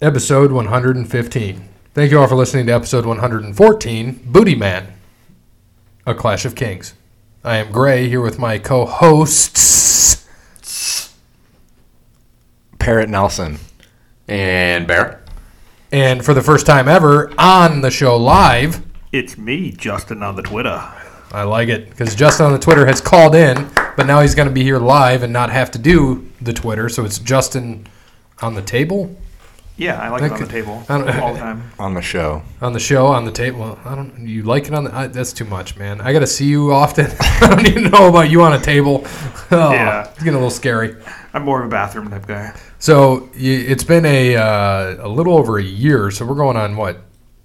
episode 115. Thank you all for listening to episode 114, Booty Man, A Clash of Kings. I am Gray here with my co hosts. Parrot Nelson. And Bear. And for the first time ever on the show live, It's me, Justin, on the Twitter. I like it because Justin on the Twitter has called in, but now he's going to be here live and not have to do the Twitter. So it's Justin on the table, Yeah, I like it on Okay. the table I don't- all the time. on the show. on the show, on the table. Well, I don't. You like it on the? I, that's too much, man. I got to see you often. I don't even know about you on a table. Oh, Yeah. it's getting a little scary. I'm more of a bathroom type guy. So y- it's been a uh, a little over a year. So we're going on what,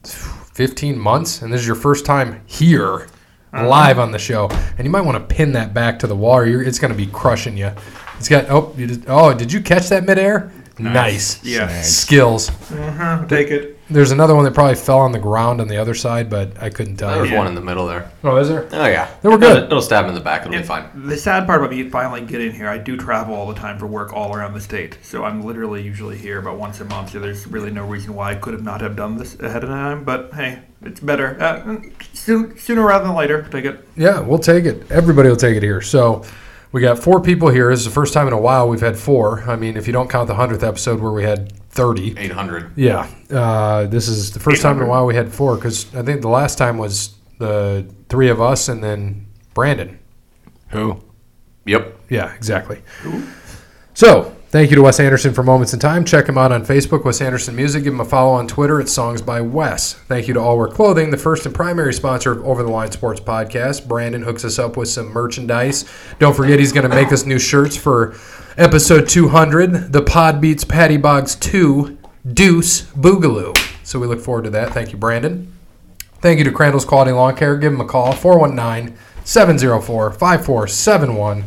fifteen months, and this is your first time here, live on the show. And you might want to pin that back to the wall, or you're, it's going to be crushing you. It's got oh you just, oh did you catch that midair? Nice, Yeah. skills. Uh-huh, Take it. There's another one that probably fell on the ground on the other side, but I couldn't tell. There's you. Yeah. one in the middle there. Oh, is there? Oh yeah. They were good. It'll stab him in the back. It'll be fine. The sad part about me finally getting here, I do travel all the time for work all around the state. So I'm literally usually here about once a month. So there's really no reason why I could have not have done this ahead of time. But hey, it's better. Uh, soon, sooner rather than later. Take it. Yeah, we'll take it. Everybody will take it here. So we got four people here. This is the first time in a while we've had four. I mean, if you don't count the hundredth episode where we had thirty. 800. Yeah, uh, this is the first time in a while we had four because I think the last time was the three of us and then Brandon. Who? Yep. Yeah, exactly. So thank you to Wes Anderson for Moments in Time. Check him out on Facebook, Wes Anderson Music. Give him a follow on Twitter at Songs by Wes. Thank you to All Wear Clothing, the first and primary sponsor of Over the Line Sports Podcast. Brandon hooks us up with some merchandise. Don't forget he's going to make us new shirts for episode 200, the Pod Beats Patty Boggs 2, Deuce Boogaloo. So we look forward to that. Thank you, Brandon. Thank you to Crandall's Quality Lawn Care. Give them a call, 419 704 5471.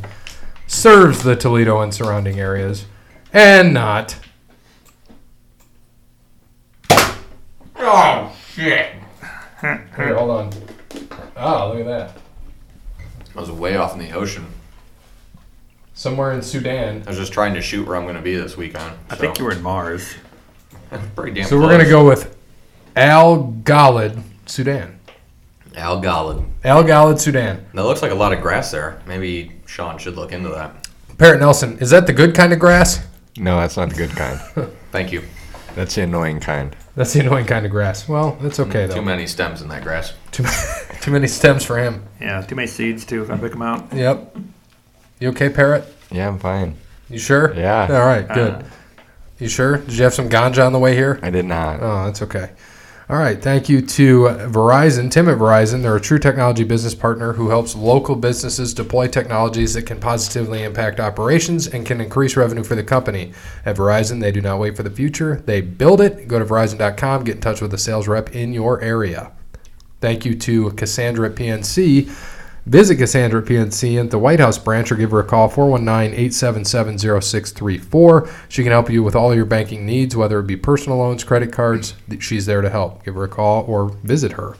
Serves the Toledo and surrounding areas. And not. Oh shit. Here, hold on. Ah, look at that. I was way off in the ocean. Somewhere in Sudan. I was just trying to shoot where I'm going to be this weekend. I think you were in Mars. pretty damn. So we're going to go with Al Ghalid, Sudan. Al Ghalib. Al Ghalid, Sudan. That looks like a lot of grass there. Maybe Sean should look into that. Parrot Nelson, is that the good kind of grass? No, that's not the good kind. Thank you. That's the annoying kind. That's the annoying kind of grass. Well, that's okay, Too though. many stems in that grass. Too, too many stems for him. Yeah, too many seeds too. If I pick them out. Yep. You okay, Parrot? Yeah, I'm fine. You sure? Yeah. All right, good. you sure? Did you have some ganja on the way here? I did not. Oh, that's okay. All right. Thank you to uh, Verizon, Tim at Verizon. They're a true technology business partner who helps local businesses deploy technologies that can positively impact operations and can increase revenue for the company. At Verizon, they do not wait for the future, they build it. Go to Verizon.com, get in touch with a sales rep in your area. Thank you to Cassandra at PNC. Visit Cassandra at PNC at the White House branch or give her a call 419-877-0634. She can help you with all your banking needs, whether it be personal loans, credit cards. th- She's there to help. Give her a call or visit her.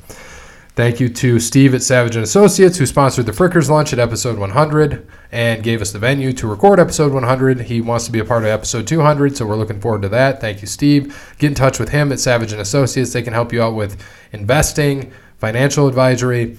Thank you to Steve at Savage and Associates who sponsored the Frickers lunch at episode 100 and gave us the venue to record episode 100. He wants to be a part of episode 200, so we're looking forward to that. Thank you, Steve. Get in touch with him at Savage and Associates. They can help you out with investing, financial advisory.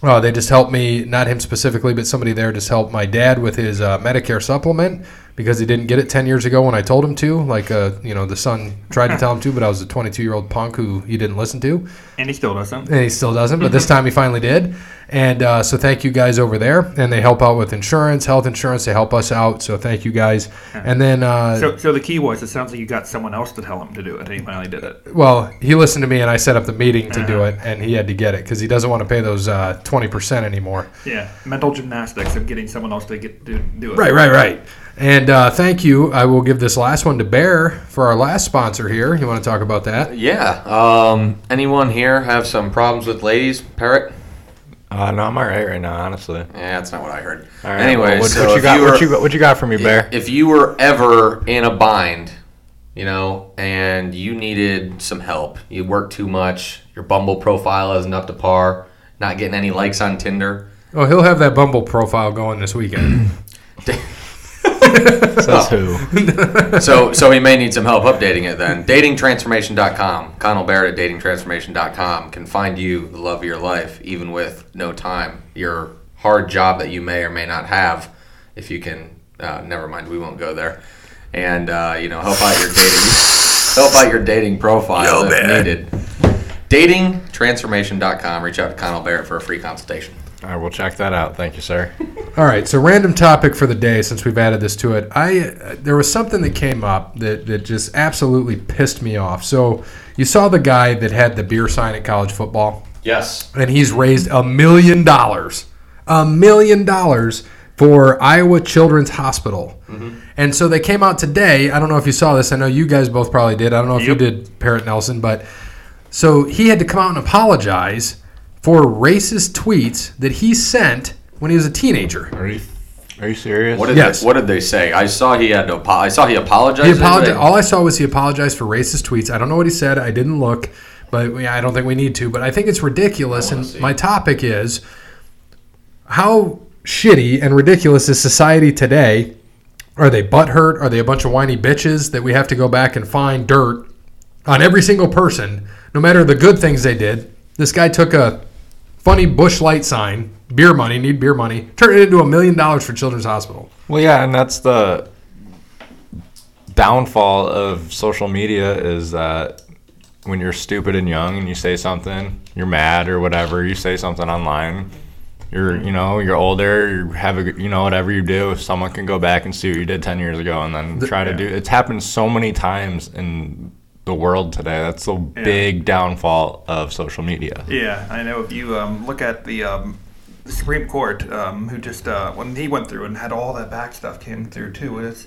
Uh, they just helped me, not him specifically, but somebody there just helped my dad with his uh, Medicare supplement because he didn't get it 10 years ago when I told him to. Like, uh, you know, the son tried to tell him to, but I was a 22 year old punk who he didn't listen to And he still doesn't. and he still doesn't, but this time he finally did. And uh, so thank you guys over there, and they help out with insurance, health insurance. They help us out, so thank you guys. And then, uh, So, so the key was it sounds like you got someone else to tell him to do it, and he finally did it. well, he listened to me, and I set up the meeting to do it, and he had to get it because he doesn't want to pay those uh, twenty percent anymore. Yeah, mental gymnastics of getting someone else to get to do it. Right, right, right. And uh, thank you. I will give this last one to Bear for our last sponsor here. You want to talk about that? Yeah. Um, anyone here have some problems with ladies? Parrot? Uh, no, I'm all right right now, honestly. Yeah, that's not what I heard. All right. anyway, well, what, so what you if got? you were- what, you, got- what you got for me, Bear? If you were ever in a bind, you know, and you needed some help, you work too much, your Bumble profile isn't up to par, not getting any likes on Tinder. Oh, he'll have that Bumble profile going this weekend. Says who? so so he may need some help updating it then. Datingtransformation.com. Connell Barrett at datingtransformation.com can find you the love of your life, even with no time. Your hard job that you may or may not have, if you can. Uh, never mind, we won't go there. And uh, you know, help out your dating, help out your dating profile if needed. Datingtransformation.com. Reach out to Connell Barrett for a free consultation. I will check that out. Thank you, sir. All right, so random topic for the day since we've added this to it. I uh, there was something that came up that that just absolutely pissed me off. So you saw the guy that had the beer sign at college football, Yes. and he's raised a million dollars, a million dollars for Iowa Children's Hospital. And so they came out today. I don't know if you saw this. I know you guys both probably did. I don't know if Yep. you did, Parrot Nelson, but so he had to come out and apologize for racist tweets that he sent when he was a teenager. Are you Are you serious? What did Yes. they, what did they say? I saw he had to apo- I saw he apologized. He Is that apologized. right? All I saw was he apologized for racist tweets. I don't know what he said. I didn't look, but we- I don't think we need to. But I think it's ridiculous. And my topic is how shitty and ridiculous is society today? Are they butthurt? Are they a bunch of whiny bitches that we have to go back and find dirt on every single person, no matter the good things they did? This guy took a funny bush light sign, beer money, need beer money, turned it into a million dollars for Children's Hospital. Well, yeah, and that's the downfall of social media is that when you're stupid and young and you say something, you're mad or whatever, you say something online. You're, you know, you're older. You have a, you know, whatever you do, someone can go back and see what you did ten years ago, and then try to do. It's happened so many times in the world today. That's the big downfall of social media. Yeah, I know. If you um, look at the um, Supreme Court, um, who just uh, when he went through and had all that back stuff came through too. and It's,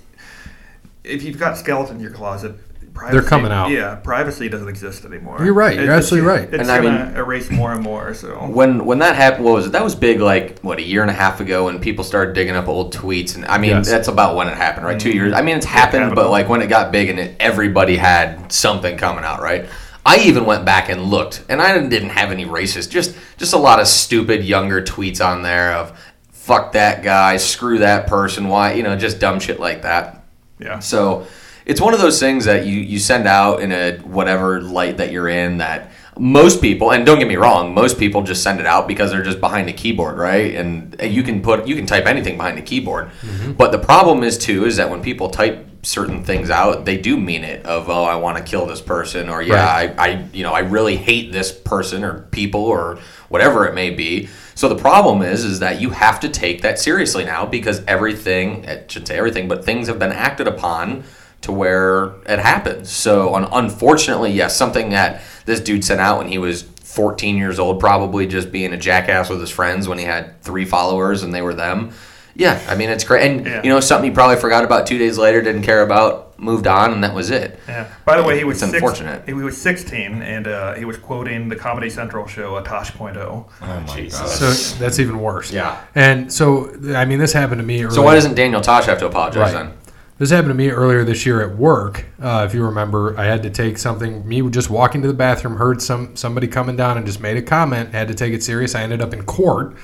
if you've got skeletons in your closet, privacy, coming out. Yeah, privacy doesn't exist anymore. You're right, It- you're it's- absolutely right. It's And I gonna mean- erase more and more. So when when that happened, what was it? That was big, like what a year and a half ago, when people started digging up old tweets, and I mean Yes. that's about when it happened, right? Two years. I mean it's happened, but like when it got big and it, everybody had something coming out, right? I even went back and looked, and I didn't have any racist, just just a lot of stupid younger tweets on there of fuck that guy, screw that person, why you know just dumb shit like that. yeah, So it's one of those things that you, you send out in a whatever light that you're in that most people and don't get me wrong, most people just send it out because they're just behind a keyboard, right? And you can put you can type anything behind a keyboard. But the problem is too is that when people type certain things out, they do mean it of oh I want to kill this person or yeah, I, I you know, I really hate this person or people or whatever it may be. So the problem is is that you have to take that seriously now because everything, I shouldn't say everything, but things have been acted upon to where it happens. So un- unfortunately, yes, something that this dude sent out when he was 14 years old, probably just being a jackass with his friends when he had three followers and they were them. Yeah, I mean it's great, and Yeah. you know something he probably forgot about two days later, didn't care about, moved on, and that was it. yeah. By the way, he was It's six- unfortunate. he was 16, and uh, he was quoting the Comedy Central show Atosh.0. Oh my Jesus. So that's even worse. Yeah. And so, I mean, this happened to me. Earlier. So why doesn't Daniel Tosh have to apologize Right. then? This happened to me earlier this year at work. Uh, if you remember, I had to take something. Me just walking to the bathroom, heard some somebody coming down and just made a comment. Had to take it serious. I ended up in court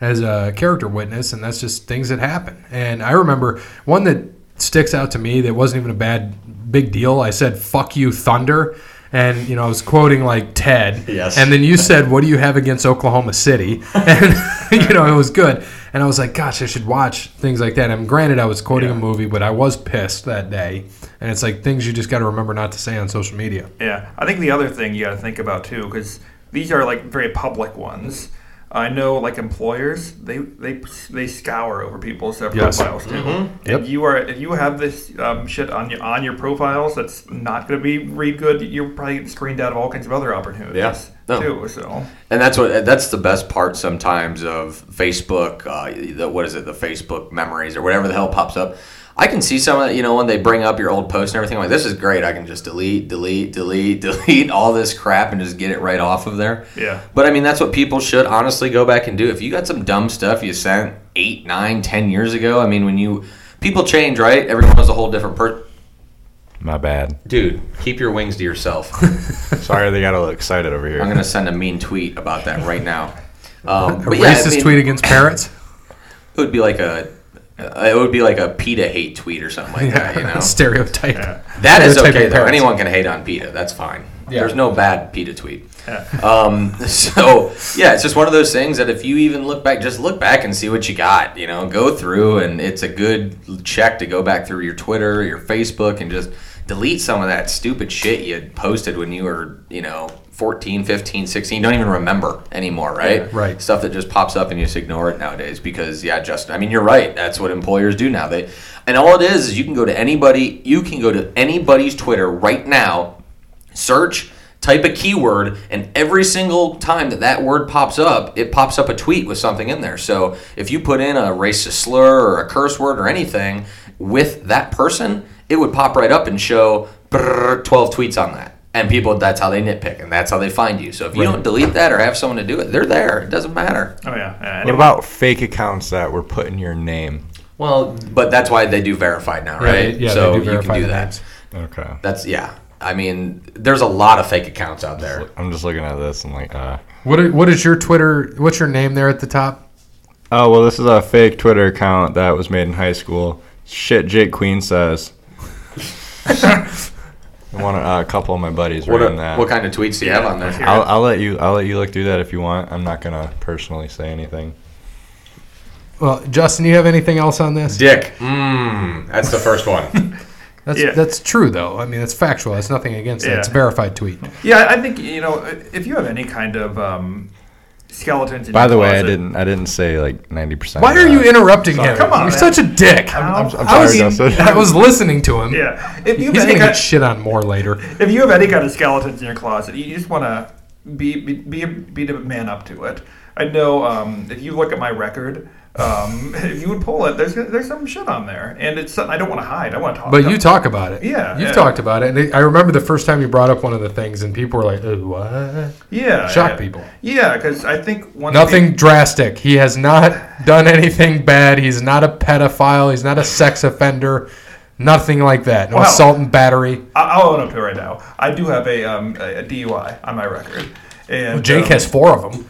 as a character witness, and that's just things that happen. And I remember one that sticks out to me that wasn't even a bad big deal. I said "fuck you, Thunder," and you know I was quoting like Ted. Yes. And then you said, "What do you have against Oklahoma City?" And you know it was good. And I was like, "Gosh, I should watch things like that." And granted, I was quoting a movie, but I was pissed that day. And it's like things you just got to remember not to say on social media. Yeah, I think the other thing you got to think about too, because these are like very public ones. I know, like employers, they they they scour over people's uh, Yes. profiles too. Yep. Mm-hmm. If you are if you have this um, shit on your on your profiles, that's not going to be read good. You're probably getting screened out of all kinds of other opportunities. Yeah. No. Too. So oh, And that's what that's the best part sometimes of Facebook. Uh, the, what is it? The Facebook memories or whatever the hell pops up. I can see some of that. You know, when they bring up your old post and everything, I'm like this is great. I can just delete, delete, delete, delete all this crap and just get it right off of there. Yeah. But I mean, that's what people should honestly go back and do. If you got some dumb stuff you sent eight, nine, ten years ago, I mean, when you people change, right? Everyone was a whole different person. My bad. Dude, keep your wings to yourself. Sorry, they got a little excited over here. I'm gonna send a mean tweet about that right now. Um, A but yeah, I racist mean- tweet against parrots. It would be like a Uh, it would be like a PETA hate tweet or something like that, you know? Stereotype. Yeah. That is Stereotyping okay though. parents. Anyone can hate on PETA. That's fine. Yeah. There's no bad PETA tweet. Yeah. Um, so yeah, it's just one of those things that if you even look back, just look back and see what you got. You know, go through and it's a good check to go back through your Twitter, your Facebook, and just delete some of that stupid shit you had posted when you were, you know, 14, 15, 16. You don't even remember anymore, right? right. Stuff that just pops up and you just ignore it nowadays because yeah, Justin. I mean, you're right. That's what employers do now. They and all it is is you can go to anybody. You can go to anybody's Twitter right now, search, type a keyword, and every single time that that word pops up, it pops up a tweet with something in there. So if you put in a racist slur or a curse word or anything with that person, it would pop right up and show brrr, 12 tweets on that. And people, that's how they nitpick, and that's how they find you. So if you don't delete that or have someone to do it, they're there. It doesn't matter. Oh yeah. yeah. What about fake accounts that were putting your name? Well, but that's why they do verified now, Yeah, right? they- yeah, so they do verify you can do the that. names. Okay. That's yeah. I mean, there's a lot of fake accounts out there. I'm just looking at this and like, uh, What are, what is your Twitter? What's your name there at the top? oh well, this is a fake Twitter account that was made in high school. Shit, Jake Queen says. One, uh, a couple of my buddies were What, in that. what kind of tweets do you have on there? I'll, I'll let you. I'll let you look through that if you want. I'm not gonna personally say anything. Well, Justin, you have anything else on this? Dick. Mmm. That's the first one. That's Yeah. that's true though. I mean, it's factual. It's nothing against it. Yeah. It's a verified tweet. Yeah, I think you know if you have any kind of um, skeletons. In By your the way, I closet- didn't. I didn't say like 90. percent Why are you interrupting him? Come on, you're man. such a dick. I'm- I'm I sorry, was- Justin. I was listening to him. Yeah, if He's you have gonna any get kind, shit on more later. if you have any kind of skeletons in your closet, you just want to be be be a, be a man up to it. I know um, if you look at my record, um, if you would pull it, there's there's some shit on there, and it's something I don't want to hide. I want to talk. But you talk about it. Yeah, You've yeah. talked about it. And it- I remember the first time you brought up one of the things, and people were like, "Uh, what? yeah, shock yeah. people. Yeah, because I think one of the- Nothing drastic. He has not done anything bad. He's not a pedophile. He's not a sex offender. Nothing like that. No Wow. assault and battery. I- I'll own up to it right now. I do have a um, a a DUI on my record, and Jake um, has four of them.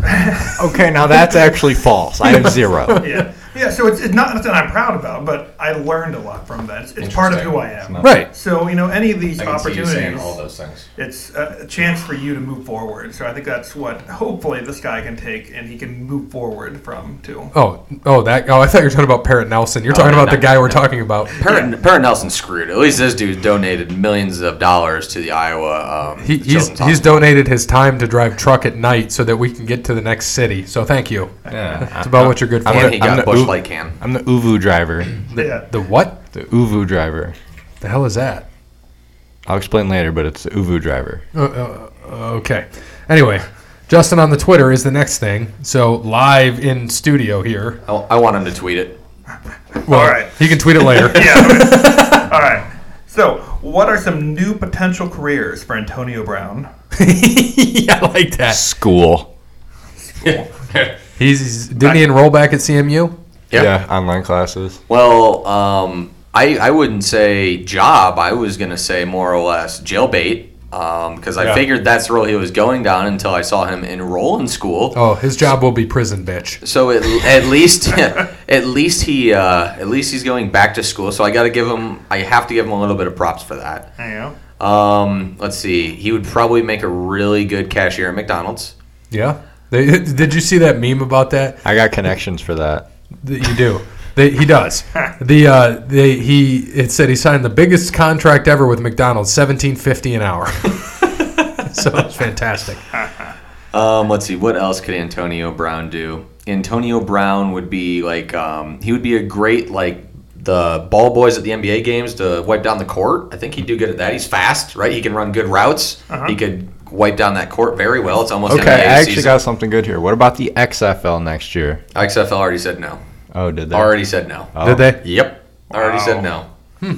Okay, now that's actually false. I have zero. yeah, yeah. So it's, it's not something I'm proud about, but I learned a lot from that. It's, it's part of who I am. Right. So you know, any of these I can see you opportunities, saying all those things. it's a a chance for you to move forward. So I think that's what hopefully this guy can take and he can move forward from too. Oh, oh, that. Oh, I thought you were talking about Parrot Nelson. You're talking Oh, no, about the no, guy we're talking about. Perrin, Perrin Nelson screwed. At least this dude donated millions of dollars to the Iowa. Um, He, he's Children's he's Hospital. donated his time to drive truck at night so that we can get to the next city. So thank you. Yeah. It's about what you're good for. and he I'm got a the- Bush ooh. Light can. I'm the Uvu driver. Yeah. The what? The Uvu driver. The hell is that? I'll explain later, but it's the Uvu driver. Uh, uh, okay. Anyway, Justin on the Twitter is the next thing. So live in studio here. I, I want him to tweet it. Well, All right. He can tweet it later. Yeah. all right. So, what are some new potential careers for Antonio Brown? yeah, I like that. School. He's, he's didn't he enroll back at CMU? Yeah. yeah online classes. Well, um, I I wouldn't say job. I was gonna say more or less jailbait because I Yeah. figured that's the road he was going down until I saw him enroll in school. Oh, his job will be prison, bitch. So at, at least at least he uh, at least he's going back to school. So I got to give him. I have to give him a little bit of props for that. Yeah. Um, let's see. He would probably make a really good cashier at McDonald's. Yeah. They, did you see that meme about that? I got connections for that. That you do. They, he does. The uh, they, he it said he signed the biggest contract ever with McDonald's, seventeen fifty an hour. so it's fantastic. Um, let's see, what else could Antonio Brown do? Antonio Brown would be like, um, he would be a great like the ball boys at the NBA games to wipe down the court. I think he'd do good at that. He's fast, right? He can run good routes. Uh-huh. He could wipe down that court very well. It's almost Okay, NBA I actually season. got something good here. What about the XFL next year? XFL already said no. Oh, did they? Already said no. Oh. Did they? Yep, already said no.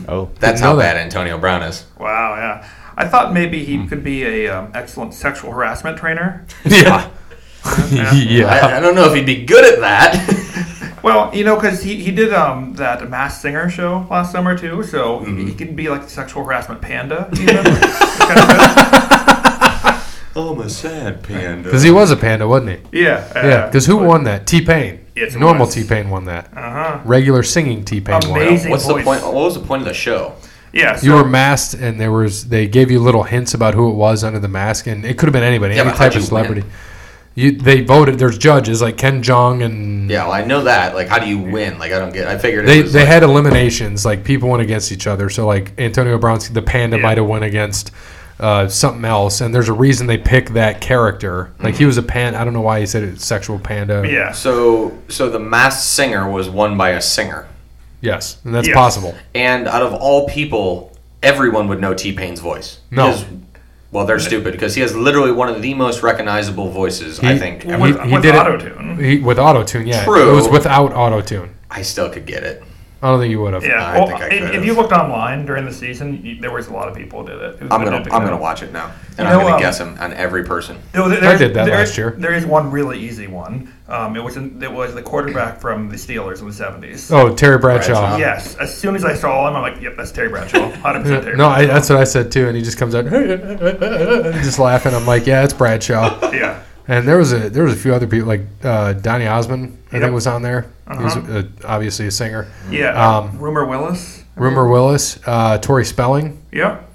Oh, Didn't That's know how that. bad Antonio Brown is. Wow. Yeah. I thought maybe Hmm. he could be a um, excellent sexual harassment trainer. Yeah. yeah. I, I don't know if he'd be good at that. Well, you know, because he, he did um, that Mass Singer show last summer too, so he, Mm-hmm. he can be like the sexual harassment panda. You know? Kind oh, my sad panda. Because he was a panda, wasn't he? of- yeah, uh, Yeah, because who won that? T Pain. Yes, it Normal was. T Pain won that. Uh-huh. Regular singing T Pain won. Amazing. What's the voice. point? What was the point of the show? Yeah. So You were masked, and there was they gave you little hints about who it was under the mask, and it could have been anybody, Yeah, any but type of how'd you win? celebrity. You they voted. There's judges like Ken Jong and Yeah, well, I know that. Like, how do you win? Like, I don't get. I figured it they was they like, had eliminations like people went against each other. So like Antonio Brownski, the panda Yeah. might have went against uh, something else, and there's a reason they picked that character. Like he was a pan. I don't know why he said it was sexual panda. Mm-hmm. yeah. so so the masked singer was won by a singer, Yes, and that's Yes. possible. and out of all people, everyone would know T Pain's voice. He No. has- well, they're stupid because he has literally one of the most recognizable voices. I He- think. he- ever. With- he with did it- auto-tune. He, with auto tune, yeah. It True. was without auto tune. I still could get it. I don't think you would have. Yeah. I well, think I if- if could've. you looked online during the season, you, there was a lot of people who did it. It was I'm an gonna epic I'm fail. gonna watch it now, and You I'm know, gonna um, guess him on every person. No, there, there's- did that there- last year. There is one really easy one. Um, it was in, it was the quarterback from the Steelers in the seventies. Oh, Terry Bradshaw. Bradshaw. Yes, as soon as I saw him, I'm like, yep, that's Terry Bradshaw, hundred percent Terry. No, I, Bradshaw. that's what I said too. And he just comes out just laughing. I'm like, yeah, it's Bradshaw. yeah, And there was a there was a few other people like uh, Donny Osmond. I Yep. think was on there. He was Uh-huh. uh, obviously a singer. yeah. uh, Um, Rumor Willis. Rumor Willis, uh, Tori Spelling. Yep.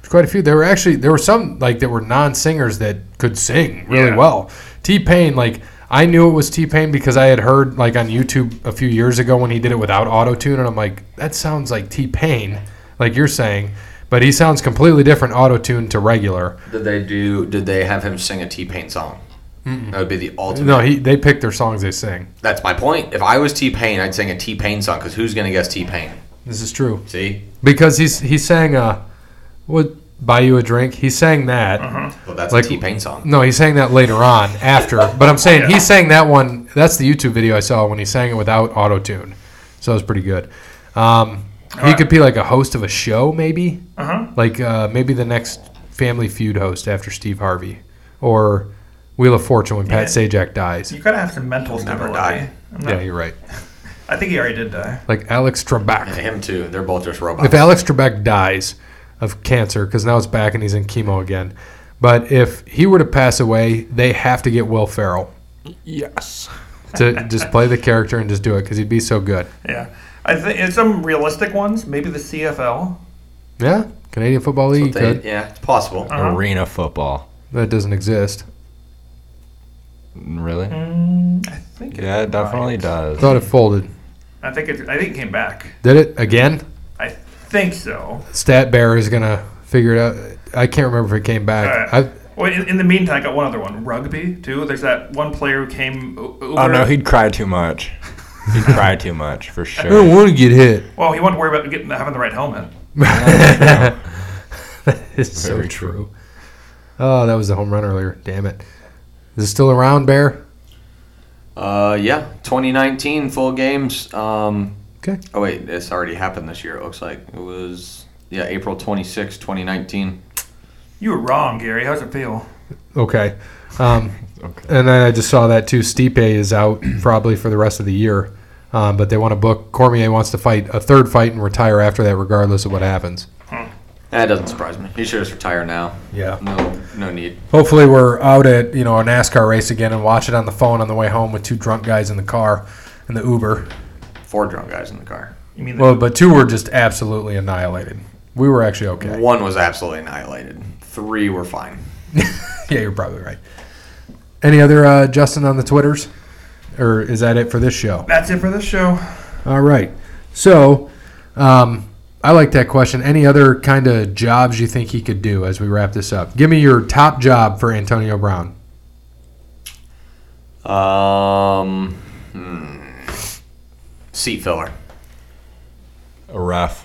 There's quite a few. There were actually there were some like that were non singers that could sing really Yeah. well. T Pain, like I knew it was T Pain because I had heard like on YouTube a few years ago when he did it without auto tune, and I'm like, that sounds like T Pain, like you're saying, but he sounds completely different auto tune to regular. Did they do? Did they have him sing a T Pain song? That would be the ultimate. No, he they pick their songs they sing. That's my point. If I was T Pain, I'd sing a T Pain song because who's gonna guess T Pain? This is true See, because he's he sang uh, what buy you a drink. He sang that. well that's Like- a T Pain song. No, he sang that later on after. But I'm saying he sang that one. That's the YouTube video I saw when he sang it without auto tune. So it was pretty good. Um, he could be like a host of a show, maybe. Uh-huh. Like uh, maybe the next Family Feud host after Steve Harvey, or Wheel of Fortune when Pat Sajak dies. You gotta have some mental never stability. die. I'm not- Yeah, you're right. I think he already did die. Like Alex Trebek. Him too. They're both just robots. If Alex Trebek dies of cancer, because now it's back and he's in chemo again, but if he were to pass away, they have to get Will Ferrell. Yes. to just play the character and just do it because he'd be so good. Yeah, I think and some realistic ones. Maybe the CFL. Yeah, Canadian Football League They- could. yeah, it's possible. Uh-huh. Arena football. That doesn't exist. Really? Mm, I think. it Yeah, it definitely might. I does. thought it folded. I think it. I think it came back. Did it again? I think so. Stat Bear is gonna figure it out. I can't remember if it came back. All I, right. Well, in, in the meantime, I got one other one. Rugby too. There's that one player who came. o- Over, Oh no, he'd cry too much. He'd cry too much for I don't sure. want to get hit. Well, he wasn't worried about getting having the right helmet. It's so Very true. Oh, that was the home run earlier. Damn it. Is it still around, Bear? Uh, yeah, 2019 full games. Um, Okay. oh wait, this already happened this year. It looks like it was yeah April 26, 2019. You were wrong, Gary. How's it feel? Okay. Um, Okay. And then I just saw that too. Stipe is out probably for the rest of the year, um, but they want to book. Cormier wants to fight a third fight and retire after that, regardless of what happens. That doesn't surprise me. He should just retire now. Yeah. No, no need. Hopefully, we're out at you know a NASCAR race again and watch it on the phone on the way home with two drunk guys in the car in the Uber. Four drunk guys in the car. You mean the, Well, but two were just absolutely annihilated. We were actually okay. One was absolutely annihilated. Three were fine. Yeah, you're probably right. Any other uh, Justin on the Twitters, or is that it for this show? that's it for this show? All right. So, um, I like that question. Any other kind of jobs you think he could do as we wrap this up? Give me your top job for Antonio Brown. Um, hmm. seat filler. A ref.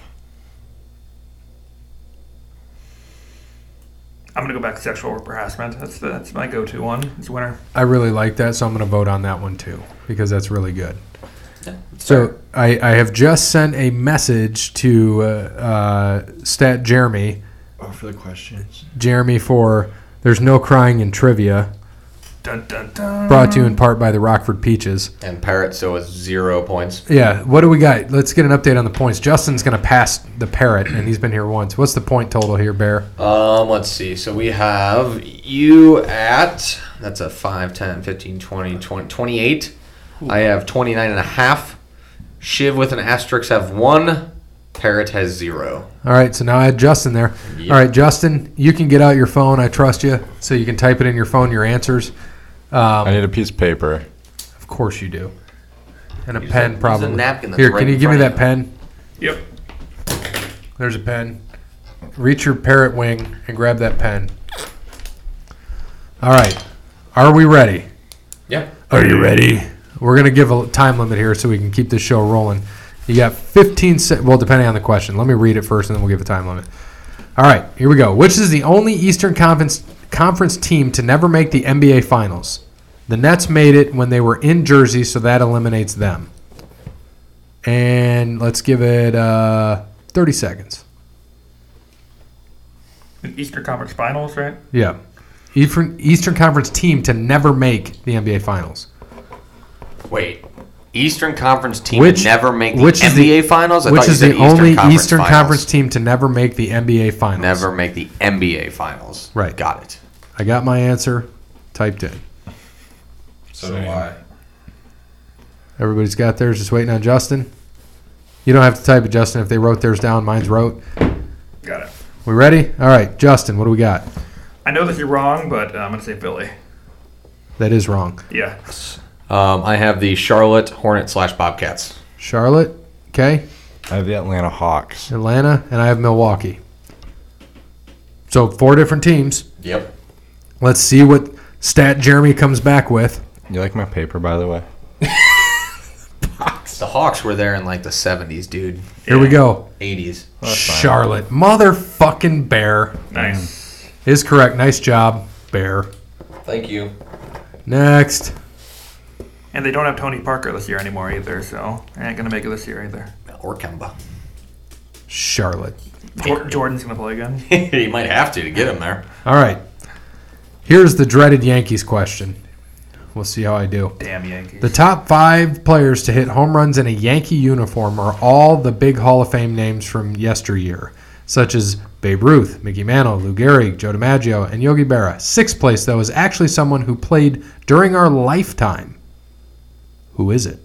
I'm gonna go back to sexual harassment. That's the, that's my go-to one. It's winner. I really like that, so I'm going to vote on that one too because that's really good. So I, I have just sent a message to uh, uh, Stat Jeremy, Oh, for the questions. Jeremy for "There's no crying in trivia," Dun dun dun. brought to you in part by the Rockford Peaches. And Parrot so was zero points. Yeah, what do we got? Let's get an update on the points. Justin's going to pass the parrot, and he's been here once. What's the point total here, Bear? Um, let's see. So we have you at that's a 5, 10, 15, 20, 20, 28. I have 29 and a half. Shiv with an asterisk have one. Parrot has zero. All right, so now I had Justin there. Yeah. All right, Justin, you can get out your phone. I trust you. So you can type it in your phone, your answers. Um, I need a piece of paper. of course you do. And a Use that- pen, use the probably. napkin that's Here, right can you in give me that front of pen? Yep. There's a pen. Reach your parrot wing and grab that pen. All right. Are we ready? Yeah. Are you ready? We're going to give a time limit here so we can keep this show rolling. You got 15 sec Well, depending on the question. Let me read it first and then we'll give a time limit. All right, here we go. Which is the only Eastern Conference conference team to never make the NBA Finals? The Nets made it when they were in Jersey, so that eliminates them. And let's give it uh, 30 seconds. In Eastern Conference Finals, right? Yeah. Eastern, Eastern Conference team to never make the NBA Finals. Wait. Eastern Conference team Which- which, never make the which is the- NBA Finals. I Which thought you is said the only Conference Eastern Finals. Conference team to never make the NBA Finals. never make the NBA Finals. Right. Got it. I got my answer typed in. So Everybody's got theirs. Just waiting on Justin. You don't have to type it, Justin. If they wrote theirs down, mine's wrote. Got it. We ready? All right, Justin. What do we got? I know that you're wrong, but uh, I'm gonna say Philly. That is wrong. Yeah. Um, I have the Charlotte Hornets slash Bobcats. Charlotte. Okay. I have the Atlanta Hawks. Atlanta, and I have Milwaukee. So four different teams. Yep. Let's see what stat Jeremy comes back with. You like my paper, by the way? The Hawks were there in like the 70s, dude. Here we go. 80s. Charlotte, motherfucking bear Nice. is correct. Nice job, bear. Thank you. Next. And they don't have Tony Parker this year anymore either, so they ain't gonna make it this year either. Or Kemba. Charlotte. Jor- Jordan's gonna play again. you might have to to get him there. All right. Here's the dreaded Yankees question. We'll see how I do. Damn Yankees. The top five players to hit home runs in a Yankee uniform are all the big Hall of Fame names from yesteryear, such as Babe Ruth, Mickey Mantle, Lou Gehrig, Joe DiMaggio, and Yogi Berra. Sixth place, though, is actually someone who played during our lifetime. Who is it?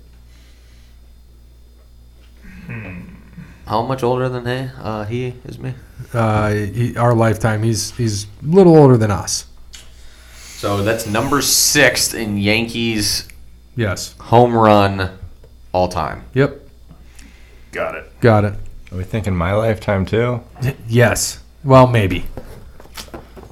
How much older than he, uh, he is me? Uh, he, our lifetime. He's he's a little older than us. So that's number sixth in Yankees Yes. home run all time. Yep. Got it. Got it. Are we thinking my lifetime too? Yes. Well, maybe.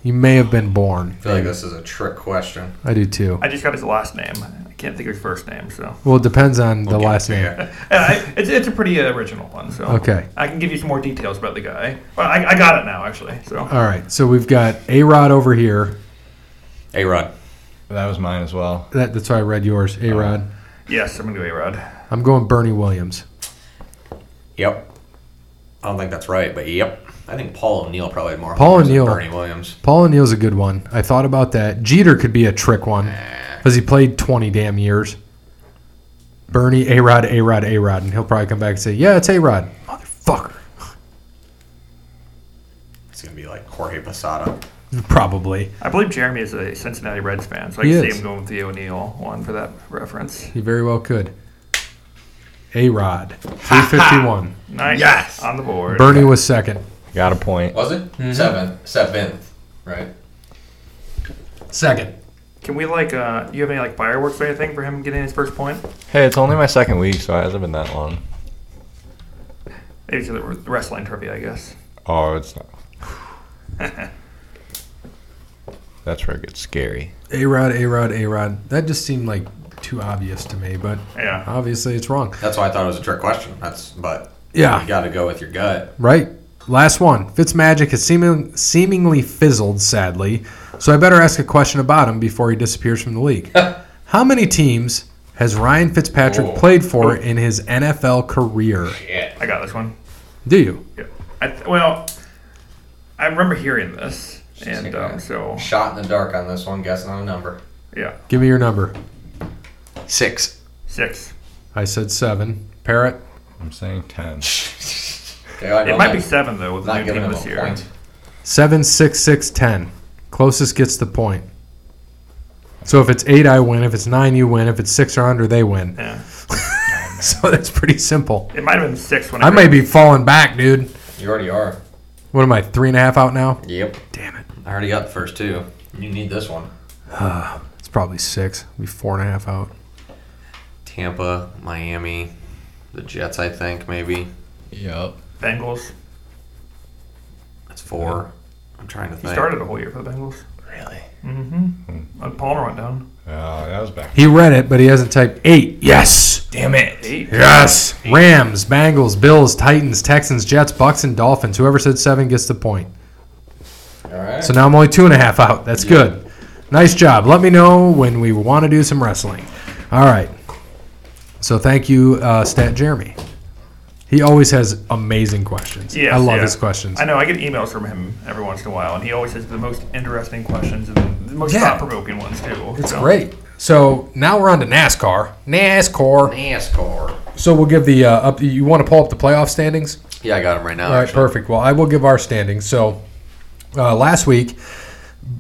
You may have been born. I feel like this is a trick question. I do too. I just got his last name. I can't think of his first name, so Well, it depends on the last name. And I, it's, it's a pretty uh, original one. So Okay. I can give you some more details about the guy. Well, I, I got it now actually. So All right. So we've got A Rod over here. A Rod. That was mine as well. That, that's why I read yours. A Rod. Uh-huh. yes, I'm gonna go A Rod. I'm going Bernie Williams. Yep. I don't think that's right, but yep. I think Paul O'Neill probably had more. Paul homers than O'Neill. Bernie Williams. Paul O'Neill's a good one. I thought about that. Jeter could be a trick one because he played 20 damn years. Bernie, A Rod, A Rod, A Rod. And he'll probably come back and say, yeah, it's A Rod. Motherfucker. It's gonna be like Jorge Posada. Probably. I believe Jeremy is a Cincinnati Reds fan, so I He can is. see him going with the O'Neill one for that reference. He very well could. A Rod. 351. Nice. Yes! On the board. Bernie was second. Got a point. Was it Mm-hmm. seventh? Seventh, right? Second. Can we like? uh You have any like fireworks or anything for him getting his first point? Hey, it's only my second week, so it hasn't been that long. Maybe to the wrestling trivia, I guess. Oh, it's not. That's where it gets scary. A Rod, A Rod, A Rod. That just seemed like too obvious to me, but Yeah. obviously it's wrong. That's why I thought it was a trick question. That's but Yeah. you got to go with your gut. Right. Last one. Fitzmagic has seeming, seemingly fizzled, sadly, so I better ask a question about him before he disappears from the league. How many teams has Ryan Fitzpatrick Ooh. played for in his NFL career? Yeah. I got this one. Do you? Yeah. I th- well, I remember hearing this, and um, so Shot in the dark on this one, guessing on a number. yeah, Give me your number. Six. six. I said seven. Parrot. I'm saying 10. Okay, I It might be seven though with the Not new giving him team a this year. point. Seven, six, six, ten. Closest gets the point. So if it's eight, I win. If it's nine, you win. If it's six or under, they win. Yeah. So that's pretty simple. It might have been six when I, I may be falling back, dude. You already are. What am I, three and a half out now? Yep. Damn it. I already got the first two. You need this one. It's probably six. Be four and a half out. Tampa, Miami, the Jets. I think maybe Yep. Bengals. that's four. I'm trying to He think. started a whole year for the Bengals. Really? Hmm. Uh, Palmer went down. Yeah, Oh, that was back. He read it, but he hasn't typed eight. Yes. Damn it. Eight. Yes. Rams, Bengals, Bills, Titans, Texans, Jets, Bucks, and Dolphins. Whoever said seven gets the point. All right. So now I'm only two and a half out. That's good. Nice job. Let me know when we want to do some wrestling. All right. So thank you, uh, Stat Jeremy. He always has amazing questions. Yes, I love yeah. his questions. I know I get emails from him every once in a while, and he always has the most interesting questions and the most Yeah. thought-provoking ones too. It's great. So now we're on to NASCAR. NASCAR. NASCAR. So we'll give the uh, up. You want to pull up the playoff standings? Yeah, I got him right now. All right, actually. perfect. Well, I will give our standings. So uh, last week,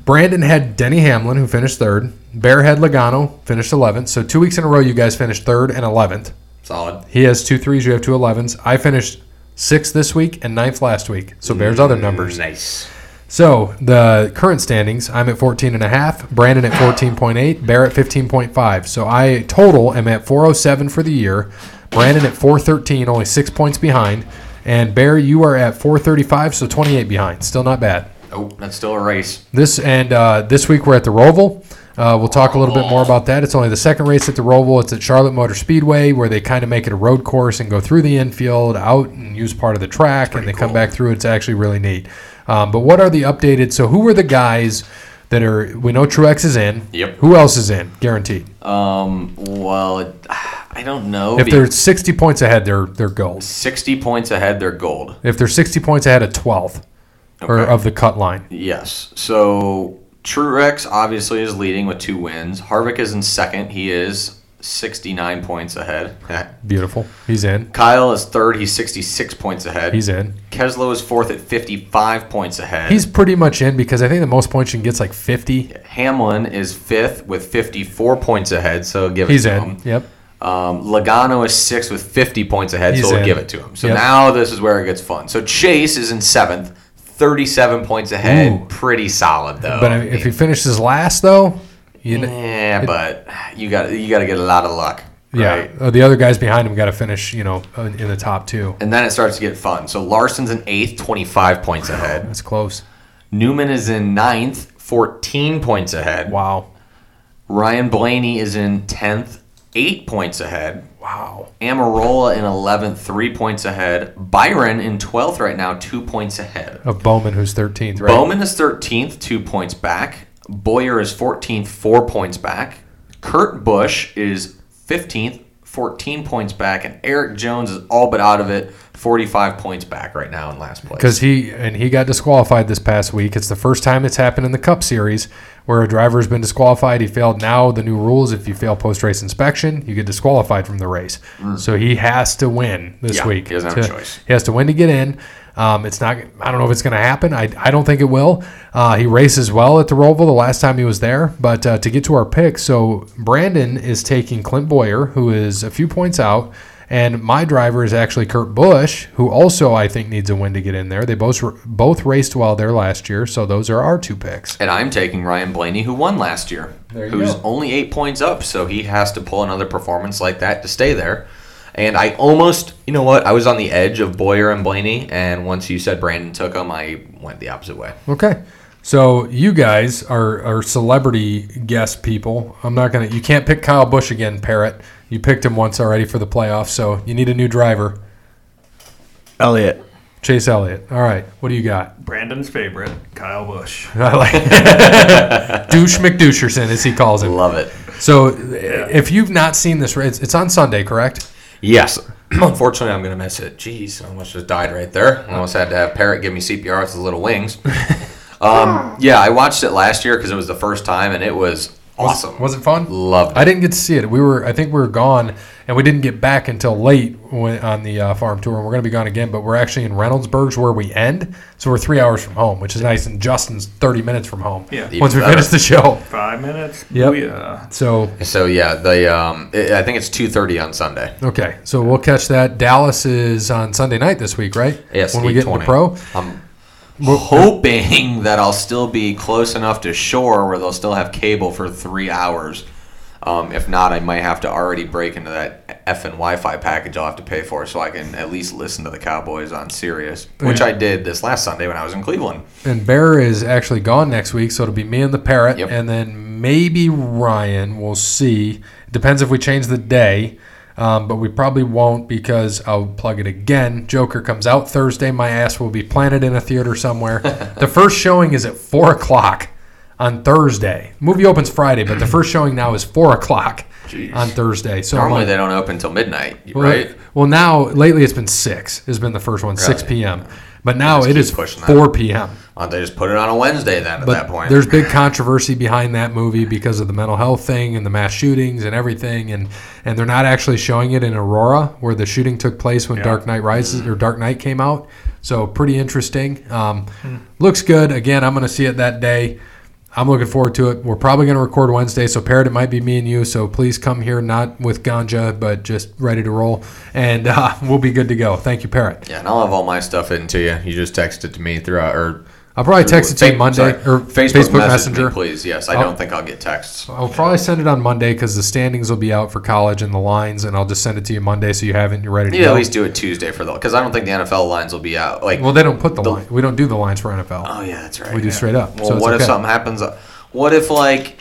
Brandon had Denny Hamlin, who finished third. Bear had Logano, finished 11th. So two weeks in a row, you guys finished third and 11th. Solid. He has two threes, you have two 11s. I finished sixth this week and ninth last week. So Bear's other numbers. Nice. So the current standings, I'm at 14 and a half, Brandon at 14.8, Bear at 15.5. So I total am at 407 for the year, Brandon at 413, only six points behind, and Bear, you are at 435, so 28 behind. Still not bad. Oh, that's still a race. This and uh, this week we're at the Roval. Uh, we'll talk a little bit more about that. It's only the second race at the Roval. It's at Charlotte Motor Speedway, where they kind of make it a road course and go through the infield, out and use part of the track, and they come back through. It's actually really neat. Um, but what are the updated? So who are the guys that are? We know Truex is in. Yep. Who else is in? Guaranteed. Um. Well, it- I don't know. If they're sixty points ahead, they're they're gold. sixty points ahead, they're gold. If they're sixty points ahead of twelfth, or Okay. of the cut line. Yes. So Truex obviously is leading with two wins. Harvick is in second. He is 69 points ahead. Beautiful. He's in. Kyle is third. He's 66 points ahead. He's in. Keslow is fourth at 55 points ahead. He's pretty much in because I think the most points you can get is like fifty. Hamlin is fifth with 54 points ahead. So give it He's to in. him. Yep. Um, Logano is sixth with 50 points ahead. He's so we'll in. give it to him. So Yep. now this is where it gets fun. So Chase is in seventh. 37 points ahead. Ooh. Pretty solid, though. But I mean, if he finishes last, though, you know, Yeah, Eh, but you got you got to get a lot of luck. yeah, right? uh, the other guys behind him got to finish, you know, uh, in the top two. And then it starts to get fun. So Larson's in eighth, 25 points ahead. That's close. Newman is in ninth, 14 points ahead. Wow, Ryan Blaney is in 10th, eight points ahead. wow. Amarola in 11th, three points ahead. Byron in 12th right now, two points ahead. Of Bowman, who's thirteenth, right? Bowman is 13th, two points back. Boyer is 14th, four points back. Kurt Busch is 15th, 14 points back. And Eric Jones is all but out of it, 45 points back right now in last place. Because he and he got disqualified this past week. It's the first time it's happened in the Cup Series where a driver has been disqualified. He failed. Now the new rules: if you fail post-race inspection, you get disqualified from the race. Mm. So he has to win this Yeah, week. he doesn't have a to- choice. He has to win to get in. Um, it's not. I don't know if it's going to happen. I, I don't think it will. Uh, he races well at the Roval the last time he was there. But uh, to get to our pick, so Brandon is taking Clint Boyer, who is a few points out, and my driver is actually Kurt Busch, who also I think needs a win to get in there. They both r- both raced well there last year, so those are our two picks. And I'm taking Ryan Blaney, who won last year, you who's go. only eight points up, so he has to pull another performance like that to stay there. And I almost, you know what, I was on the edge of Boyer and Blaney, and once you said Brandon took him, I went the opposite way. Okay. So you guys are, are celebrity guest people. I'm not gonna. You can't pick Kyle Busch again, Parrot. You picked him once already for the playoffs, so you need a new driver. Elliot. Chase Elliott. All right, what do you got? Brandon's favorite, Kyle Bush. I like Douche McDoucherson, as he calls him. Love it. So, if you've not seen this, it's, it's on Sunday, correct? Yes. Unfortunately, I'm going to miss it. Jeez, I almost just died right there. I almost had to have Parrot give me CPR with his little wings. um, yeah, I watched it last year because it was the first time, and it was Awesome. Was it fun? Loved it. I didn't get to see it. We were, I think we were gone, and we didn't get back until late when, on the uh, farm tour. And we're going to be gone again, but we're actually in Reynoldsburg's where we end, so we're three hours from home, which is nice. And Justin's thirty minutes from home. Yeah. Even Once we better. finish the show, Five minutes. Yep. Booyah. so So yeah, the um, I I think it's two thirty on Sunday. okay, so we'll catch that. Dallas is on Sunday night this week, right? Yes, When we get into 8:20. pro, I'm uh, hoping that I'll still be close enough to shore where they'll still have cable for three hours. Um, if not, I might have to already break into that effing Wi-Fi package I'll have to pay for, so I can at least listen to the Cowboys on Sirius, which I did this last Sunday when I was in Cleveland. and Bear is actually gone next week, so it'll be me and the parrot, Yep. and then maybe Ryan. We'll see. Depends if we change the day, um, but we probably won't because I'll plug it again. Joker comes out Thursday. My ass will be planted in a theater somewhere. the first showing is at four o'clock on Thursday. Movie opens Friday, but the first showing now is four o'clock on Thursday. So I'm Normally like- they don't open till midnight, Oh, well, right? Well, now lately it's been six. Has been the first one, six Really? p.m. But now just it keep is pushing that. four p.m. Why don't they just put it on a Wednesday then? At But that point, there's big controversy behind that movie because of the mental health thing and the mass shootings and everything, and and they're not actually showing it in Aurora where the shooting took place when Dark Knight Rises or Dark Knight came out. So pretty interesting. Um, Hmm. Looks good. Again, I'm going to see it that day. I'm looking forward to it. We're probably going to record Wednesday, so Parrot, it might be me and you. So please come here, not with ganja, but just ready to roll, and uh, we'll be good to go. Thank you, Parrot. yeah, and I'll have all my stuff in to you. You just text it to me throughout or I'll probably text it to you Fa- Monday sorry, or Facebook, message me, Messenger. Oh. please. Yes, I don't think I'll get texts. I'll probably send it on Monday because the standings will be out for college and the lines, and I'll just send it to you Monday so you have it and you're ready to You go. at least do it Tuesday for the because I don't think the NFL lines will be out. Like, well, they don't put the, line. We don't do the lines for NFL. oh yeah, that's right. we do yeah. straight up. Well, so it's what okay. if something happens? What if like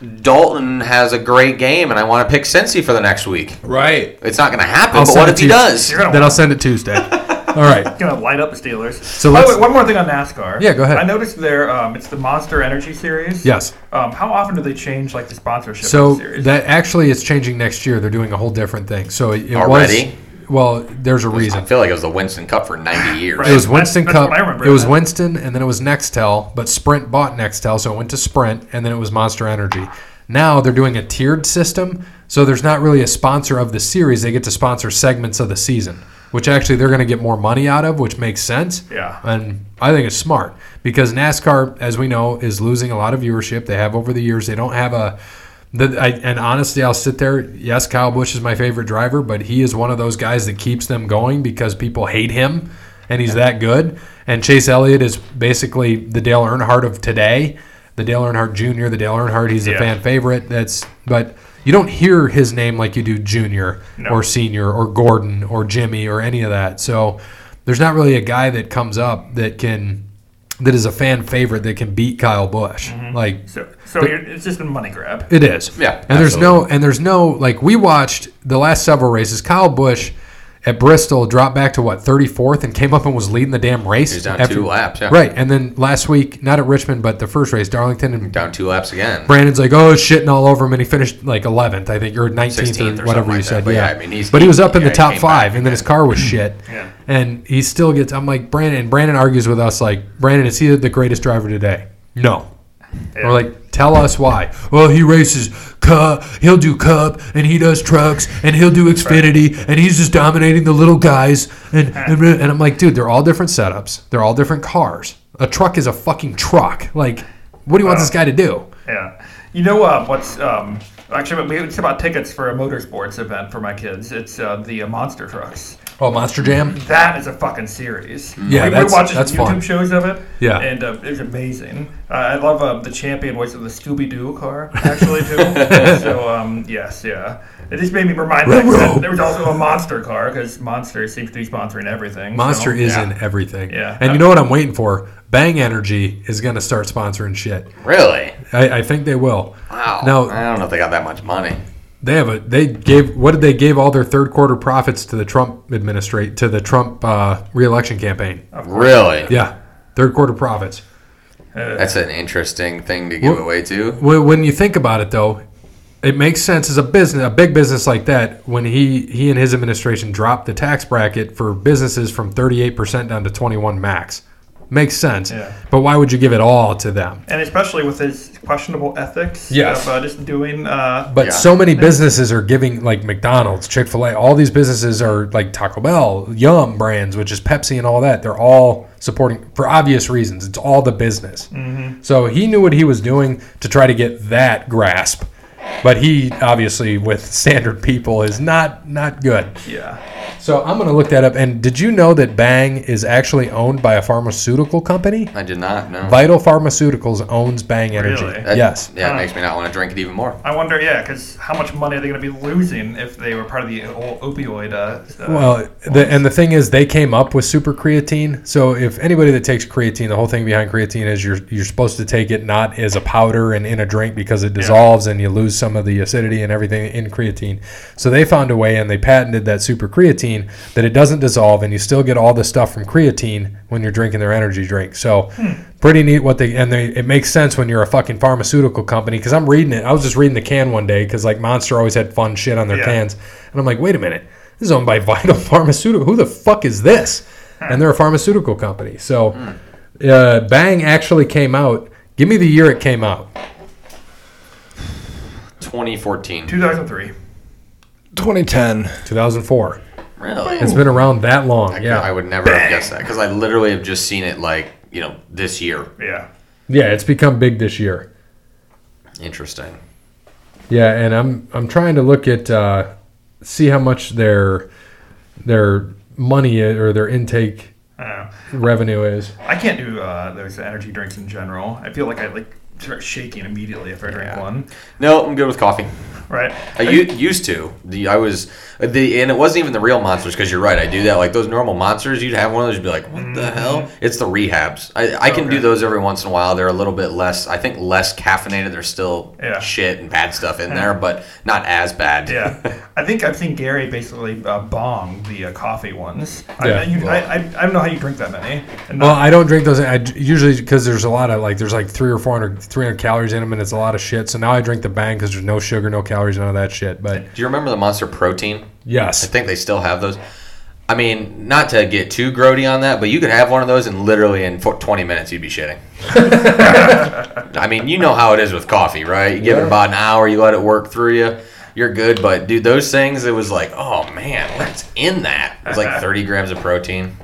Dalton has a great game and I want to pick Cincy for the next week? Right. It's not going to happen. I'll but send what it if to he you. does? You're gonna Then I'll send it Tuesday. All right. gonna light up the Steelers. So So By the let's- way, one more thing on NASCAR. Yeah, go ahead. I noticed there. Um, it's the Monster Energy Series. Yes. Um, how often do they change like the sponsorship? So of the series? that actually is changing next year. They're doing a whole different thing. So it, it Already? was. Well, there's a reason. I feel like it was the Winston Cup for 90 years. It was That's- Winston that's Cup. what I remember. It was Winston, and then it was Nextel, but Sprint bought Nextel, so it went to Sprint, and then it was Monster Energy. Now they're doing a tiered system, so there's not really a sponsor of the series. They get to sponsor segments of the season, which actually they're going to get more money out of, which makes sense. Yeah. And I think it's smart because NASCAR, as we know, is losing a lot of viewership. They have over the years. They don't have a. The, I, and honestly, I'll sit there. Yes, Kyle Busch is my favorite driver, but he is one of those guys that keeps them going because people hate him and he's that good. And Chase Elliott is basically the Dale Earnhardt of today, the Dale Earnhardt Jr., the Dale Earnhardt. He's a Yeah. fan favorite. That's but you don't hear his name like you do Junior No. or Senior or Gordon or Jimmy or any of that. So there's not really a guy that comes up that can that is a fan favorite that can beat Kyle Busch. Like so so you're, it's just a money grab. it is. Mm-hmm. Yeah, And there's no and there's no like we watched the last several races. Kyle Busch at Bristol dropped back to what 34th and came up and was leading the damn race. He's down two laps, yeah. Right. And then last week, not at Richmond, but the first race, Darlington and Down two laps again. Brandon's like, oh, shitting all over him, and he finished like 11th, I think, or 19th, 16th or, whatever or something you like that. said. But yeah, yeah, I mean, he's- but he was up in yeah, the he top came five, back, and then his car was shit. Yeah. And he still gets. I'm like Brandon. Brandon argues with us like, Brandon, is he the greatest driver today? No. We're like, tell us why. Well, he races cup, he'll do cup, and he does trucks, and he'll do Xfinity, and he's just dominating the little guys. And, and and I'm like, dude, they're all different setups. They're all different cars. A truck is a fucking truck. Like, what do you want this guy to do? Yeah. You know uh, what's um, actually we- it's about tickets for a motorsports event for my kids. It's uh, the uh, monster trucks. Oh, Monster Jam. That is a fucking series. Yeah, we, that's- we watch that's YouTube fun. shows of it. Yeah. and uh, it's amazing. Uh, I love uh, the champion voice of the Scooby Doo car actually too. so um, yes, yeah, it just made me remind me that there was also a monster car because Monster seems to be sponsoring everything. so- Monster is Oh, Yeah. in everything. Yeah. And you know what I'm waiting for? Bang Energy is going to start sponsoring shit. Really? I, I think they will. Wow. Now I don't know if they got that much money. they have a they gave what did they gave all their third quarter profits to the Trump administrate to the Trump uh, reelection campaign? Really? Yeah, third quarter profits. That's an interesting thing to give Well- away to. When when you think about it though, it makes sense as a business, a big business like that. When he he and his administration dropped the tax bracket for businesses from 38 percent down to 21 max, makes sense. Yeah. But why would you give it all to them? and especially with his questionable ethics Yes. of uh, just doing. Uh, But Yeah. so many businesses are giving, like McDonald's, Chick Fil A, all these businesses are like Taco Bell, Yum brands, which is Pepsi and all that. They're all supporting for obvious reasons. It's all the business. So he knew what he was doing to try to get that grasp. But he obviously, with standard people, is not not good. yeah, So I'm gonna look that up. And did you know that Bang is actually owned by a pharmaceutical company? I did not know. Vital Pharmaceuticals owns Bang Energy. Really? That- Yes. Yeah, Huh. it makes me not want to drink it even more. I wonder. Yeah, because how much money are they going to be losing if they were part of the whole opioid? Uh, uh, Well, the, and the thing is, they came up with super creatine. So if anybody that takes creatine, the whole thing behind creatine is you're you're supposed to take it not as a powder and in a drink because it dissolves and you lose some of the acidity and everything in creatine. So they found a way and they patented that super creatine that it doesn't dissolve and you still get all the stuff from creatine when you're drinking their energy drink. So pretty neat what they and they it makes sense when you're a fucking pharmaceutical company because I'm reading it. I was just reading the can one day because like Monster always had fun shit on their Yeah. cans. And I'm like, wait a minute, this is owned by Vital Pharmaceutical. Who the fuck is this? And they're a pharmaceutical company. So uh, Bang actually came out. Give me the year it came out. 2014. 2003. 2010. 2004. Really? It's been around that long. I, could- yeah. I would never have guessed that because I literally have just seen it like, you know, this year. Yeah. yeah, it's become big this year. Interesting. Yeah, and I'm I'm trying to look at uh, see how much their their money i- or their intake I don't know. revenue is. I can't do uh, those energy drinks in general. I feel like I like start shaking immediately if I drink one. No, I'm good with coffee. Right. I u- used to. The, I was the, and it wasn't even the real monsters because you're right. I do that. Like those normal monsters, you'd have one of those, you'd be like, "What the hell?" It's the rehabs. I, I can do Mm-hmm. Okay. those every once in a while. They're a little bit less. I think less caffeinated. There's still Yeah. shit and bad stuff in there, but not as bad. Yeah, I think I've seen Gary basically uh, bong the uh, coffee ones. Yeah. I, you, I, I, I don't know how you drink that many. And Well, not, I don't drink those. I d- usually because there's a lot of like there's like three or 400, 300 calories in them, and it's a lot of shit. So now I drink the Bang because there's no sugar, no calories, none of that shit. But Do you remember the monster protein? I yes, think they still have those. I mean, not to get too grody on that, but you could have one of those and literally in fo- 20 minutes you'd be shitting. I mean, you know how it is with coffee, right? You give it about an hour, you let it work through you, you're good. But dude, those things, it was like, oh man, what's in that? It was like 30 grams of protein.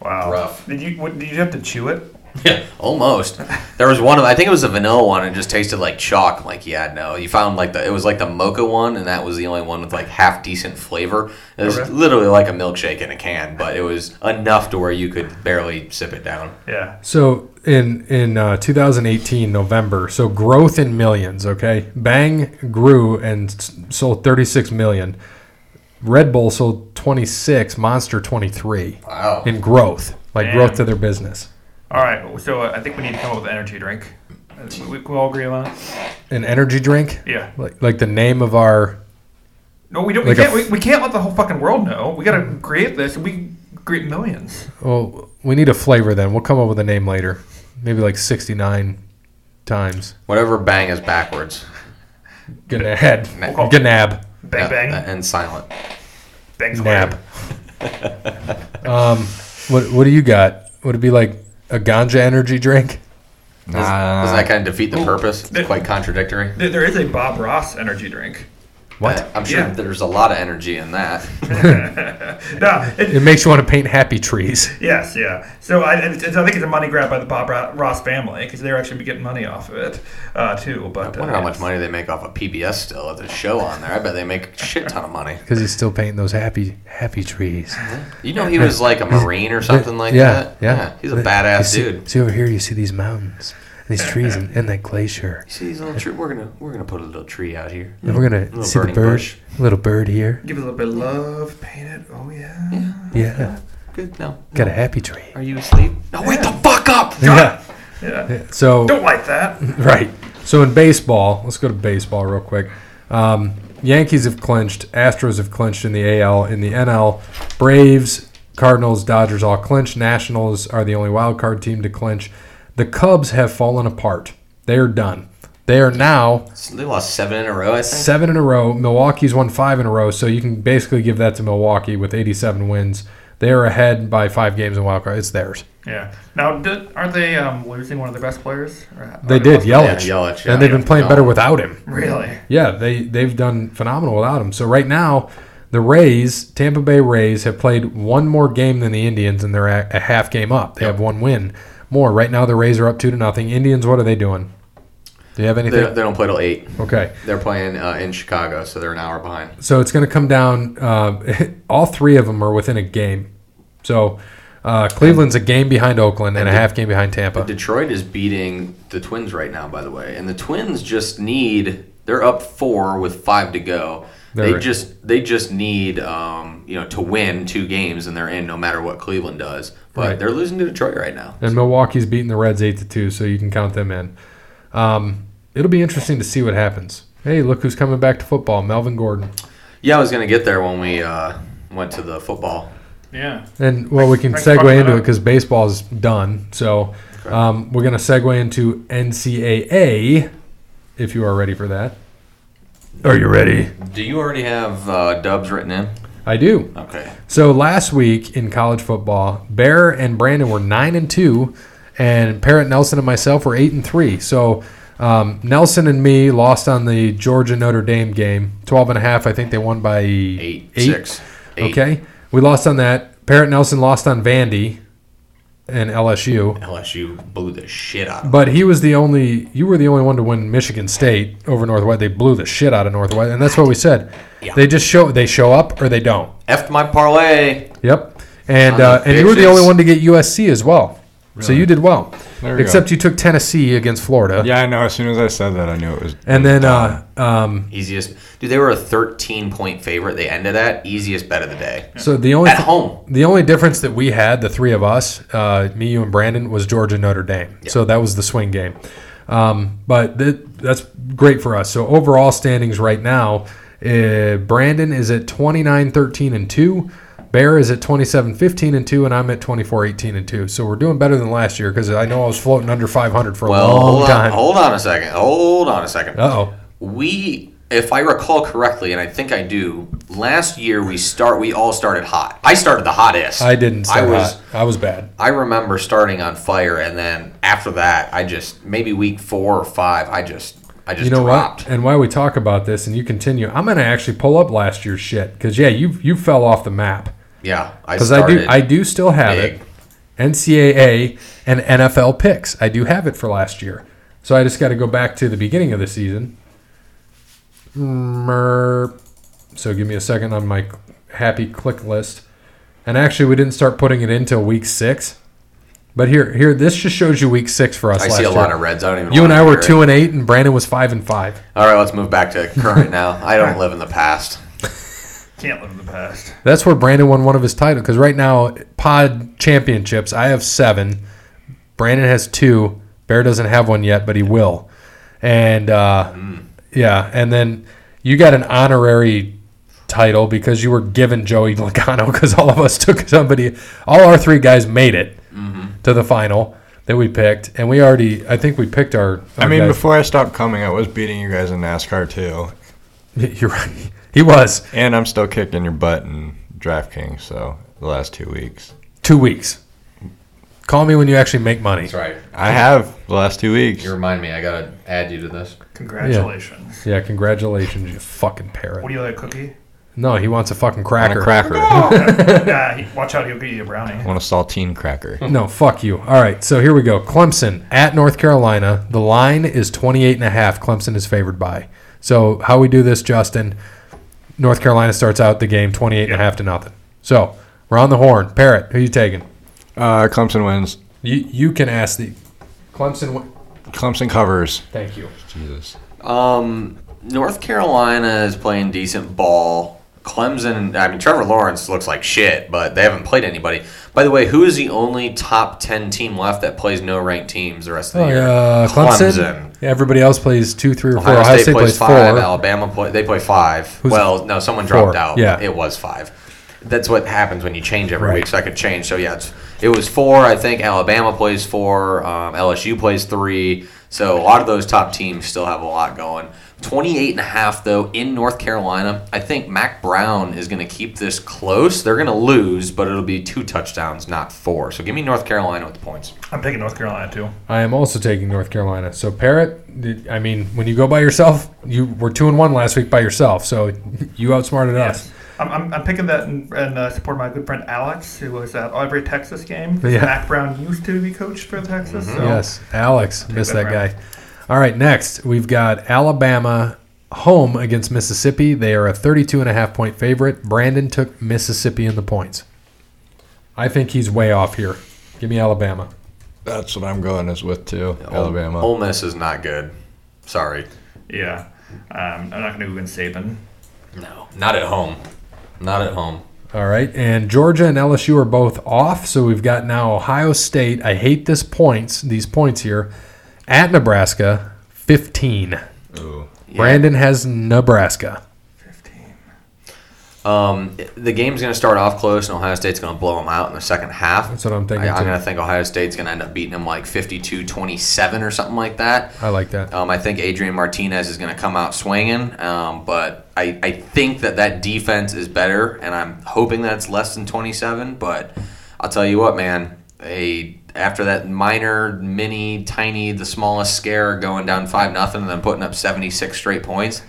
wow. rough. Did you what, did you have to chew it? Almost. There was one of I think it was a vanilla one and it just tasted like chalk. I'm like, yeah, no. You found like the it was like the mocha one and that was the only one with like half decent flavor. It was Okay. literally like a milkshake in a can, but it was enough to where you could barely sip it down. Yeah. So in in uh, 2018 November, so growth in millions. Okay, Bang grew and s- sold 36 million. Red Bull sold 26, Monster 23 Wow. in growth, like Damn. growth to their business. All right. So uh, I think we need to come up with an energy drink. Uh, We, we can all agree on it. An energy drink, Yeah. like like the name of our No, we don't. Like a we can't. f- we, we can't let the whole fucking world know. We gotta create this. and We create millions. Well, we need a flavor then. We'll come up with a name later. Maybe like 69 times. Whatever bang is backwards. Gnab. call- Gnab. Bang Yeah, uh, bang. And silent. Bang Nab. square. um, what, what do you got? Would it be like a ganja energy drink? Doesn't, Uh, doesn't that kind of defeat oh. the purpose? It's quite contradictory. Uh, There, there is a Bob Ross energy drink. What? I'm sure Yeah. there's a lot of energy in that. No, it, It makes you want to paint happy trees. Yes, yeah. So I, it's, it's- I think it's a money grab by the Bob Ro- Ross family because they're actually getting money off of it uh, too. But I uh, wonder how yes. much money they make off of PBS still at the show on there. I bet they make a shit ton of money. Because he's still painting those happy happy trees. You know, he was like a marine or something like yeah, that. Yeah. he's a But you badass see, dude. See over here, you see these mountains, and these trees, and, and that glacier. See these little tree. We're gonna we're gonna put a little tree out here. And we're going to Little see the burning bird, bush. little bird here. Give it a little bit of love, paint it. Oh yeah. Yeah. Good. No. Got a happy tree. Are you asleep? No. Wake the fuck up. Yeah. Yeah. So. Don't like that. Right. So in baseball, let's go to baseball real quick. Um, Yankees have clinched. Astros have clinched in the AL. In the NL, Braves, Cardinals, Dodgers all clinched. Nationals are the only wild card team to clinch. The Cubs have fallen apart. They are done. They are now They lost seven in a row. I think. seven in a row. Milwaukee's won five in a row, so you can basically give that to Milwaukee with 87 wins. They are ahead by five games in wild card. It's theirs. Yeah. Now, did, aren't they um, losing one of their best players? Or- uh, They or- did Yeah, Yelich, Yelich, yeah. and they've been playing better without him. Really? Yeah, they they've done phenomenal without him. So right now, the Rays, Tampa Bay Rays, have played one more game than the Indians, and they're a, a half game up. They have one win more. Right now, the Rays are up two to nothing. Indians, what are they doing? Do you have They, anything? they don't play till eight. Okay, They're playing uh, in Chicago, so they're an hour behind. so it's going to come down. Uh, all three of them are within a game. So uh, Cleveland's a game behind Oakland and a half game behind Tampa. Detroit is beating the Twins right now, by the way, and the Twins just need. They're up four with five to go. They're They right. just they just need um, you know to win two games and they're in no matter what Cleveland does. But Right. they're losing to Detroit right now. And Milwaukee's beating the Reds eight to two, so you can count them in. Um, it'll be interesting to see what happens. Hey, look who's coming back to football, Melvin Gordon. Yeah, I was gonna get there when we uh, went to the football. Yeah. And well, we can Thanks for bringing segue that into it up. because baseball's done. So um, we're going to segue into NCAA if you are ready for that. Are you ready? Do you already have uh, dubs written in? I do. Okay. So last week in college football, Bear and Brandon were nine and two, and Parrot Nelson and myself were eight and three. So um, Nelson and me lost on the Georgia Notre Dame game, 12 and a half. I think they won by Eight, eight, six, eight. Okay, we lost on that. Parrot Nelson lost on Vandy and LSU. LSU blew the shit out of. But he was the only. You were the only one to win Michigan State over Northwest. They blew the shit out of Northwest, and that's what we said. Yeah. They just show they show up or they don't. Effed my parlay. Yep. And Son uh, of and you were the bitches. only one to get USC as well. So you did well, There we except you took Tennessee against Florida. Yeah, I know. As soon as I said that, I knew it was. And then uh, um, Easiest. Dude, they were a 13 point favorite. They ended at easiest bet of the day so the only at home. the only difference that we had, the three of us, uh, me, you, and Brandon, was Georgia Notre Dame. So that was the swing game. Um, but th- that's great for us. So overall standings right now, uh, Brandon is at 29 13 and 2. Bear is at 27 15 and 2, and I'm at 24 18 and 2. So we're doing better than last year because I know I was floating under 500 for a Well, long hold on, time. Uh hold on a second. Hold on a second. oh. We, if I recall correctly, and I think I do, last year we start. We all started hot. I started the hottest. I didn't. I I was. was. I was bad. I remember starting on fire, and then after that, I just maybe week four or five, I just, I just You know dropped. what? And while we talk about this, and you continue, I'm gonna actually pull up last year's shit because yeah, you you fell off the map. Yeah, I Because started. I do, I do still have it. big. NCAA and NFL picks. I do have it for last year. So I just got to go back to the beginning of the season. Mer- So give me a second on my happy click list. And actually, we didn't start putting it in till week six. But here, here, this just shows you week six for us. I last see a year. lot of reds. I don't even. You and wanna I were hear it. two and eight, and Brandon was five and five. All right, let's move back to current now. I don't live in the past. Can't live in the past. That's where Brandon won one of his titles. Because right now, pod championships, I have seven. Brandon has two. Bear doesn't have one yet, but he will. And uh, yeah, and then you got an honorary title because you were given Joey Logano because all of us took somebody. All our three guys made it Mm-hmm. to the final that we picked, and we already. I think we picked our. I our mean, guys. before I stopped coming, I was beating you guys in NASCAR too, you're right. He was and I'm still kicking your butt in DraftKings. So the last two weeks, two weeks. Call me when you actually make money. That's right. I have the last two weeks. You remind me. I gotta add you to this. Congratulations. Yeah, congratulations, you fucking parrot. What do you like, cookie? No, he wants a fucking on cracker. a cracker. yeah, he, watch out, he'll get you a brownie. I want a saltine cracker. No, fuck you. All right, so here we go. Clemson at North Carolina. The line is 28 and a half. Clemson is favored by. So, how we do this, Justin? North Carolina starts out the game 28 and a half to nothing. So, we're on the horn. Parrot, who you taking? Uh, Clemson wins. You you can ask the Clemson w- Clemson covers. Thank you. Jesus. Um, North Carolina is playing decent ball. Clemson. I mean, Trevor Lawrence looks like shit, but they haven't played anybody. By the way, who is the only top ten team left that plays no ranked teams the rest of the year? Uh, Clemson. Everybody else plays 2, 3 or 4. Ohio, State, plays, five. Alabama play. They play five. Who's- well, no, someone Four, dropped out. yeah. it was five. That's what happens when you change every Right. week. So I could change. So yeah, it's, it was four. I think Alabama plays four. Um, LSU plays three. So a lot of those top teams still have a lot going. 28 and a half, though, in North Carolina. I think Mac Brown is going to keep this close. They're going to lose, but it'll be two touchdowns, not four. So give me North Carolina with the points. I'm taking North Carolina too. I am also taking North Carolina. So Parrot, did- I mean, when you go by yourself, you were two and one last week by yourself. So you outsmarted us. I'm, I'm, I'm picking that in, in uh, support of my good friend Alex, who was at every Texas game. Yeah. Mac Brown used to be coached for Texas. So. Yes, Alex, missed that that guy. All right, next we've got Alabama home against Mississippi. They are a 32 and a half point favorite. Brandon took Mississippi in the points. I think he's way off here. Give me Alabama. That's what I'm going is with too. Alabama. Ole Miss is not good. Sorry. Yeah. Um, I'm not going to go in Saban. No. Not at home. Not at home. All right, and Georgia and LSU are both off, so we've got now Ohio State. I hate this points, these points here, at Nebraska, fifteen. Ooh. Brandon has Nebraska. 15. Um, the game's going to start off close, and Ohio State's going to blow them out in the second half. That's what I'm thinking, I, am too. going to think Ohio State's going to end up beating them like 52 27 or something like that. I like that. Um, I think Adrian Martinez is going to come out swinging, um, but I, I think that that defense is better, and I'm hoping that's less than 27. But I'll tell you what, man, they after that minor, mini, tiny, the smallest scare going down five nothing and then putting up 76 straight points.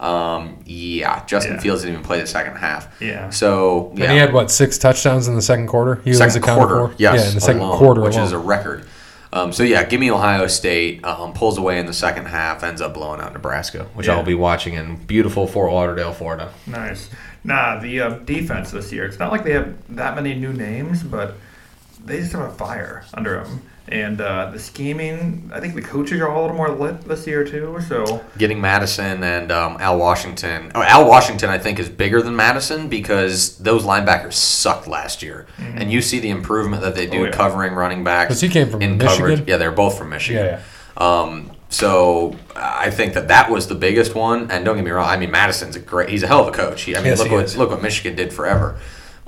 Um, yeah, Justin Yeah. Fields didn't even play the second half. Yeah. So yeah, And he had what six touchdowns in the second quarter? He was second accounted quarter, for? yes, yeah, in the second alone, quarter, which alone. is a record. Um, so yeah, give me Ohio State. Um, pulls away in the second half, ends up blowing out Nebraska, which Yeah. I'll be watching in beautiful Fort Lauderdale, Florida. Nice. Nah, the uh, defense this year. It's not like they have that many new names, but they just have a fire under them. And uh, the scheming, I think the coaches are all a little more lit this year too. So Getting Madison and um, Al Washington. Oh, Al Washington, I think, is bigger than Madison because those linebackers sucked last year, Mm-hmm. and you see the improvement that they do Oh, yeah. covering running backs. 'Cause he came from Michigan? Yeah, they're both from Michigan. Yeah, Um, so I think that that was the biggest one. And don't get me wrong, I mean Madison's a great. He's a hell of a coach. He- I mean, Yes, look he what is. look what Michigan did forever.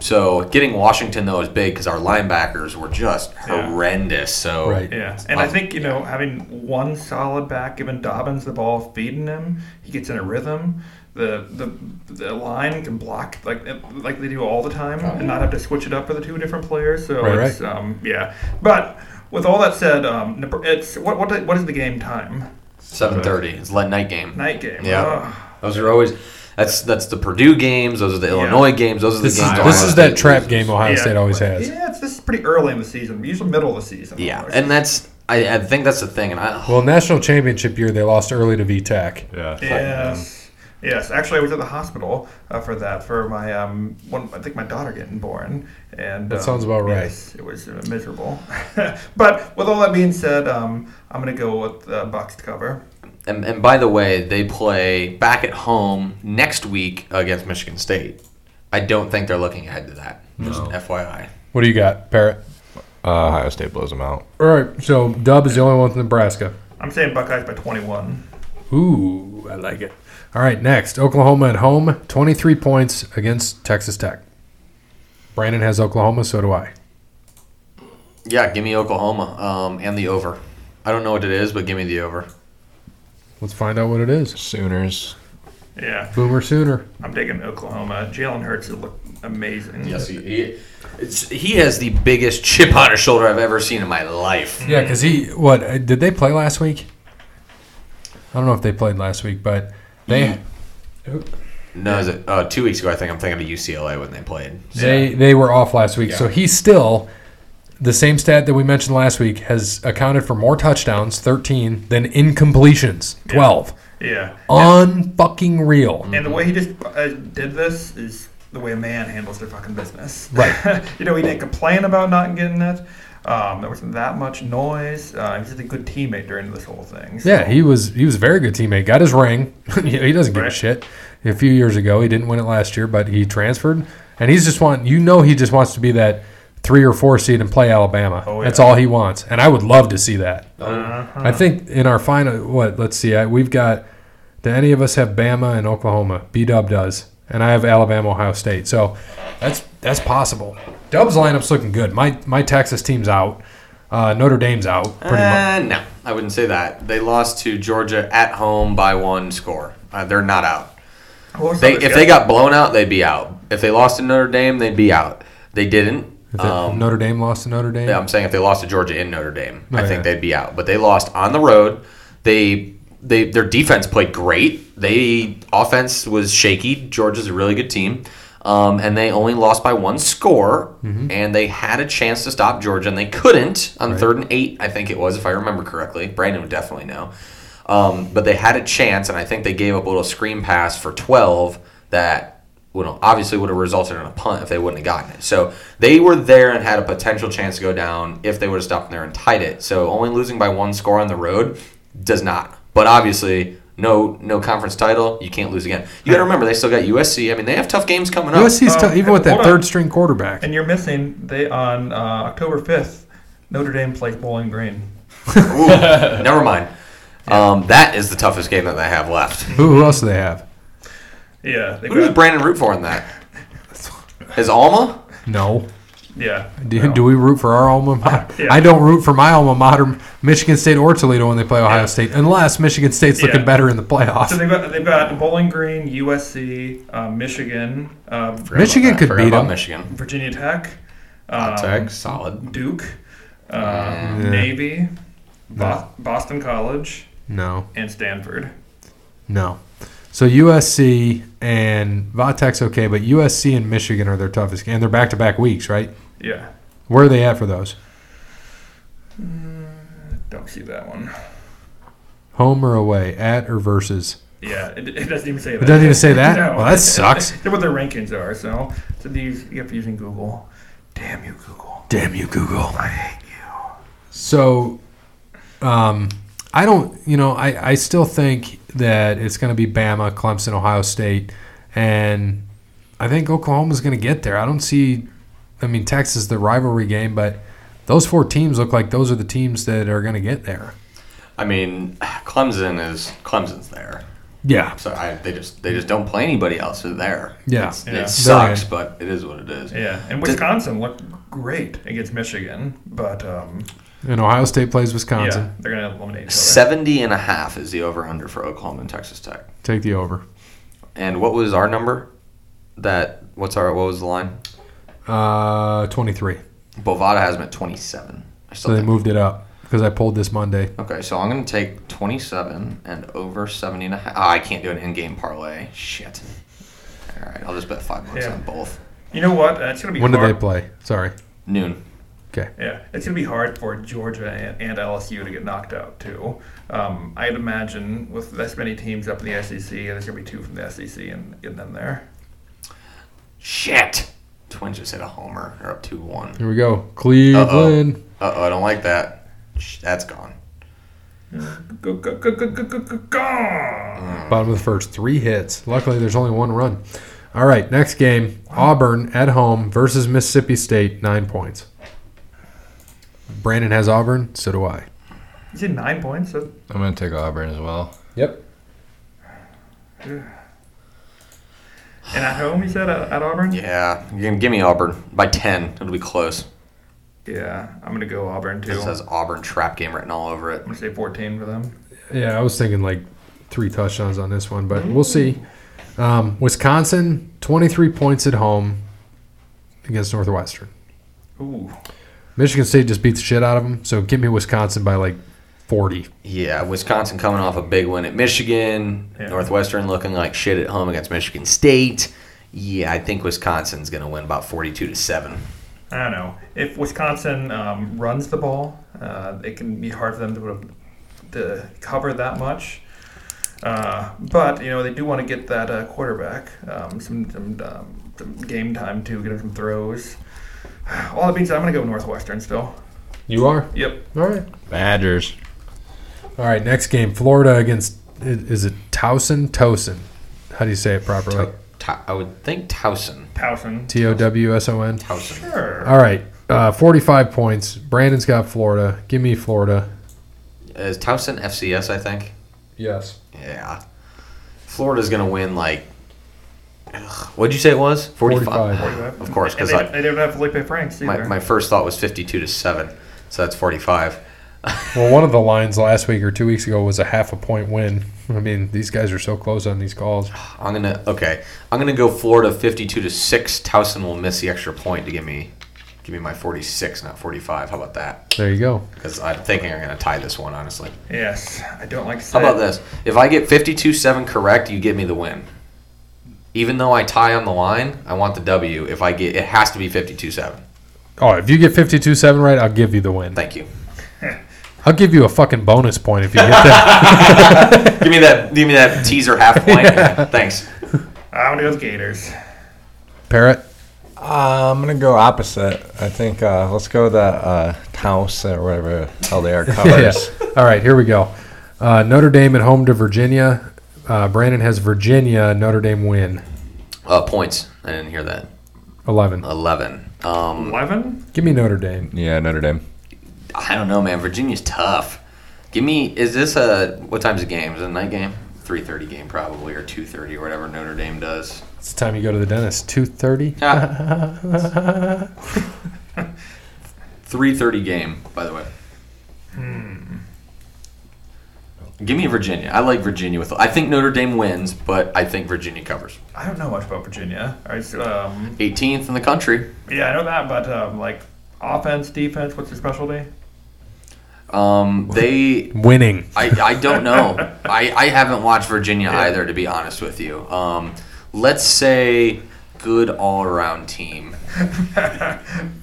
So getting Washington though is big because our linebackers were just Yeah. horrendous. So Right. yeah, and I think you know having one solid back, giving Dobbins the ball, feeding him, he gets in a rhythm. The the the line can block like like they do all the time, and not have to switch it up for the two different players. So Oh, Right, it's um yeah, but. With all that said, um, Nebr- it's what, what what is the game time? seven thirty. It's late night game. Night game. Yeah. Ugh. Those are always. That's that's the Purdue games. Those are the Illinois games. Those are the This is, games. Ohio this is State that trap loses. game Ohio Yeah. State always has. Yeah, it's this is pretty early in the season, usually middle of the season. Yeah, and that's I, I think that's the thing. And I Well, national championship year they lost early to VTech. Yeah. um, yes, yes. Actually, I was at the hospital uh, for that for my um one. I think my daughter getting born, and That um, sounds about right. yes, it was uh, miserable, but with all that being said, um, I'm gonna go with uh, Bucks to cover. and, and by the way, they play back at home next week against Michigan State. I don't think they're looking ahead to that. Just FYI. What do you got, Parrot? Uh, Ohio State blows them out. All right, so Dub is the only one with Nebraska. I'm saying Buckeyes by 21. Ooh, I like it. All right, next Oklahoma at home, 23 points against Texas Tech. Brandon has Oklahoma, so do I. Yeah, give me Oklahoma um, and the over. I don't know what it is, but give me the over. Let's find out what it is. Sooners. Yeah, Boomer Sooner. I'm taking Oklahoma. Jalen Hurts has looked amazing. he, he, it's, he has the biggest chip on his shoulder I've ever seen in my life. Yeah, because he what uh, did they play last week? I don't know if they played last week, but they No, is it uh, two weeks ago? I think I'm thinking of UCLA when they played. they they were off last week, so he still the same stat that we mentioned last week has accounted for more touchdowns, thirteen, than incompletions, twelve. Yeah. Unfucking real. And the way he just uh, did this is the way a man handles their fucking business. Right. you know, he didn't complain about not getting it. Um, there wasn't that much noise. Uh, he's just a good teammate during this whole thing. so- Yeah, he was he was a very good teammate. Got his ring. You know, he doesn't give a Right. shit. A few years ago, he didn't win it last year, but he transferred, and he's just want you know he just wants to be that three or four seed and play Alabama. Oh, That's yeah. Uh-huh. all he wants, and I would love to see that. I think in our final what let's see, I, we've got. Do any of us have Bama and Oklahoma? B Dub does, and I have Alabama, Ohio State. So that's that's possible. Dub's lineup's looking good. My my Texas team's out. Uh, Notre Dame's out pretty much. Uh, no, I wouldn't say that. They lost to Georgia at home by one score. Uh, they're not out. What was They, that if they got blown out, they'd be out. If they lost to Notre Dame, they'd be out. They didn't. If that- Um, Notre Dame lost to Notre Dame. yeah, I'm saying if they lost to Georgia in Notre Dame, I Oh, think yeah. they'd be out. But they lost on the road. They they their defense played great. They offense was shaky. Georgia's a really good team. Um, and they only lost by one score, Mm-hmm. and they had a chance to stop Georgia, and they couldn't on third and eight, I think it was, if I remember correctly. Brandon would definitely know. Um, but they had a chance, and I think they gave up a little screen pass for 12 that would have- obviously would have resulted in a punt if they wouldn't have gotten it. So they were there and had a potential chance to go down if they would have stopped there and tied it. So only losing by one score on the road does not. But obviously, no no conference title. You can't lose again. You got to remember they still got USC. I mean, they have tough games coming up. USC's Um, tough, even with that hold on. third string quarterback. And you're missing they on uh, October 5th. Notre Dame plays Bowling Green. Ooh, never mind. Um, that is the toughest game that they have left. Who, who else do they have? Yeah, they Who does got, Brandon root for in that? Is Alma? No. yeah. Do, do we root for our alma mater? Yeah. I don't root for my alma mater, Michigan State or Toledo, when they play Ohio Yeah. State, unless Michigan State's looking Yeah. better in the playoffs. So they've got they've got Bowling Green, USC, um, Michigan, um, Michigan Forgot could about beat 'em. Michigan. Virginia Tech, um, Tech, solid. Duke, um, Navy, Bo- Boston College, No, and Stanford. no. So USC and Vatek's okay, but USC and Michigan are their toughest, and they're back to back weeks, right? Yeah, Where are they at for those? don't see that one. Home or away, at or versus? Yeah, it, it doesn't even say that. doesn't even say that? No. Well, that sucks. They're what their rankings are. So, so these you have to using Google. Damn you, Google. Damn you, Google. I hate you. So, um, I don't, you know, I, I still think that it's going to be Bama, Clemson, Ohio State, and I think Oklahoma's going to get there. I don't see, I mean, Texas, the rivalry game, but those four teams look like those are the teams that are going to get there. I mean, Clemson is Clemson's there. Yeah. So I, they just they just don't play anybody else who's there. Yeah. It's, Yeah. it sucks, They're but it is what it is. Yeah, and Did- Wisconsin looked great against Michigan, but um, And Ohio State plays Wisconsin. yeah, they're gonna eliminate each other. Seventy and a half is the over under for Oklahoma and Texas Tech. Take the over. And what was our number? That what's our what was the line? Uh, 23. Bovada has them at twenty seven. I So still they think. moved it up because I pulled this Monday. Okay, so I'm gonna take twenty seven and over seventy and a half. Ah, I can't do an in game parlay. Shit. All right, I'll just bet five bucks Yeah. on both. You know what? Uh, it's gonna be When do they hard. play? Sorry. Noon. Yeah, it's gonna be hard for Georgia and, and LSU to get knocked out too. Um, I'd imagine with this many teams up in the SEC, there's gonna be two from the SEC and in them there. Shit. Twins just hit a homer. They're up two one. Here we go. Cleveland. Uh oh, I don't like that. Sh- That's gone. Go go go go go go go go! Bottom of the first, three hits. Luckily, there's only one run. All right, next game Auburn at home versus Mississippi State, nine points. Brandon has Auburn, so do I. You said nine points. So I'm gonna take Auburn as well. Yep. And at home, you said at, at Auburn? Yeah, you can give me Auburn by ten. It'll be close. Yeah, I'm going to go Auburn too. It I'm says Auburn trap game written all over it. going to say 14 for them. Yeah, I was thinking like three touchdowns on this one, but we'll see. Um, Wisconsin, 23 points at home against Northwestern. Ooh. Michigan State just beat the shit out of them, so give me Wisconsin by like 40. Yeah, Wisconsin coming off a big win at Michigan. Yeah. Northwestern looking like shit at home against Michigan State. Yeah, I think Wisconsin's gonna win about forty-two to seven. I don't know. If Wisconsin um, runs the ball, uh, it can be hard for them to, uh, to cover that much. Uh, but, you know, they do want to get that uh, quarterback um, some, some, um, some game time too, get him some throws. All that being said, I'm going to go Northwestern still. You are? Yep. All right. Badgers. All right, next game, Florida against i- is it Towson? Towson, how do you say it properly? Ta- I would think Towson. Towson. T O W S O N. Towson. Sure. All right, uh, forty-five points. Brandon's got Florida. Give me Florida. Is Towson FCS? I think. Yes. Yeah. Florida's gonna win like. Ugh, what'd you say it was? 45. Uh, Of course, And because they, I. they don't have Felipe Franks either. My, my first thought was 52 to 7. So that's 45. Well, one of the lines last week or two weeks ago was a half a point win. I mean, these guys are so close on these calls. I'm gonna okay. I'm gonna go Florida 52 to six. Towson will miss the extra point to give me give me my 46, not 45. How about that? There you go. Because I'm thinking I'm gonna tie this one. Honestly, Yes, I don't like. To say how about it. this? If I get 52-7 correct, you give me the win. Even though I tie on the line, I want the W. If I get, it has to be 52-7. Oh, if you get 52 7 right, I'll give you the win. Thank you. I'll give you a fucking bonus point if you get that. Give me that. Give me that teaser half point. Thanks. I'm gonna go with Gators. Parrot. Uh, I'm gonna go opposite. I think uh, let's go the uh, house or whatever the hell they are Yeah. covers. All right, here we go. Uh, Notre Dame at home to Virginia. Uh, Brandon has Virginia. Notre Dame win Uh, points. I didn't hear that. 11. 11. Um, Eleven. Give me Notre Dame. yeah, Notre Dame. I don't know, man. Virginia's tough. Give me. Is this a what time's the game? Is it a night game? Three thirty game probably, or two thirty, or whatever Notre Dame does. It's the time you go to the dentist. 2.30? Three thirty game, by the way. Give me Virginia. I like Virginia with. I think Notre Dame wins, but I think Virginia covers. I don't know much about Virginia. I s- um, 18th in the country. yeah, I know that, but um, like offense, defense, what's your specialty? Um, they. Winning. I, I don't know. I, I haven't watched Virginia either, to be honest with you. Um, let's say good all around team.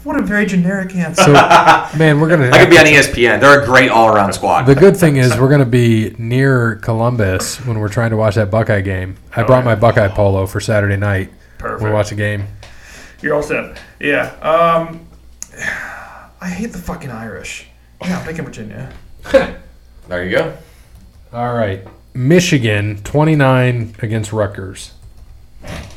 What a very generic answer. So, man, we're going I could to... be on E ESPN. They're a great all-around squad. The good thing is we're going to be near Columbus when we're trying to watch that Buckeye game. Oh, I brought my Buckeye polo for Saturday night. We Perfect. watch a game. You're all set. Yeah. Um, I hate the fucking Irish. Yeah, I'm thinking Virginia. there you go. All right. Michigan 29 against Rutgers.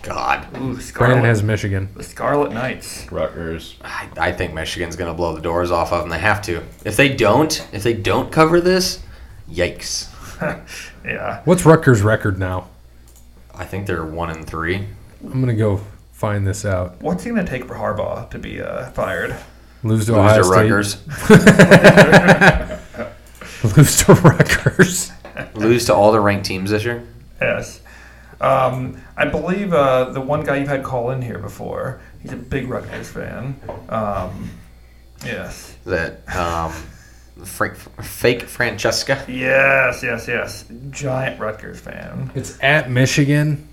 God, Ooh, Brandon Scarlet. has Michigan. the Scarlet Knights. Rutgers. I, I think Michigan's gonna blow the doors off of them. They have to. If they don't, if they don't cover this, yikes. Yeah. What's Rutgers' record now? I think they're one and three. I'm going to go find this out. What's it gonna take for Harbaugh to be uh, fired? Lose to Ohio Lose to State. Rutgers. Lose to Rutgers. Lose to all the ranked teams this year. Yes. Um, I believe uh, the one guy you've had call in here before. He's a big Rutgers fan. Um, yes. That um, Frank, fake Francesca. Yes. Yes. Yes. Giant Rutgers fan. It's at Michigan,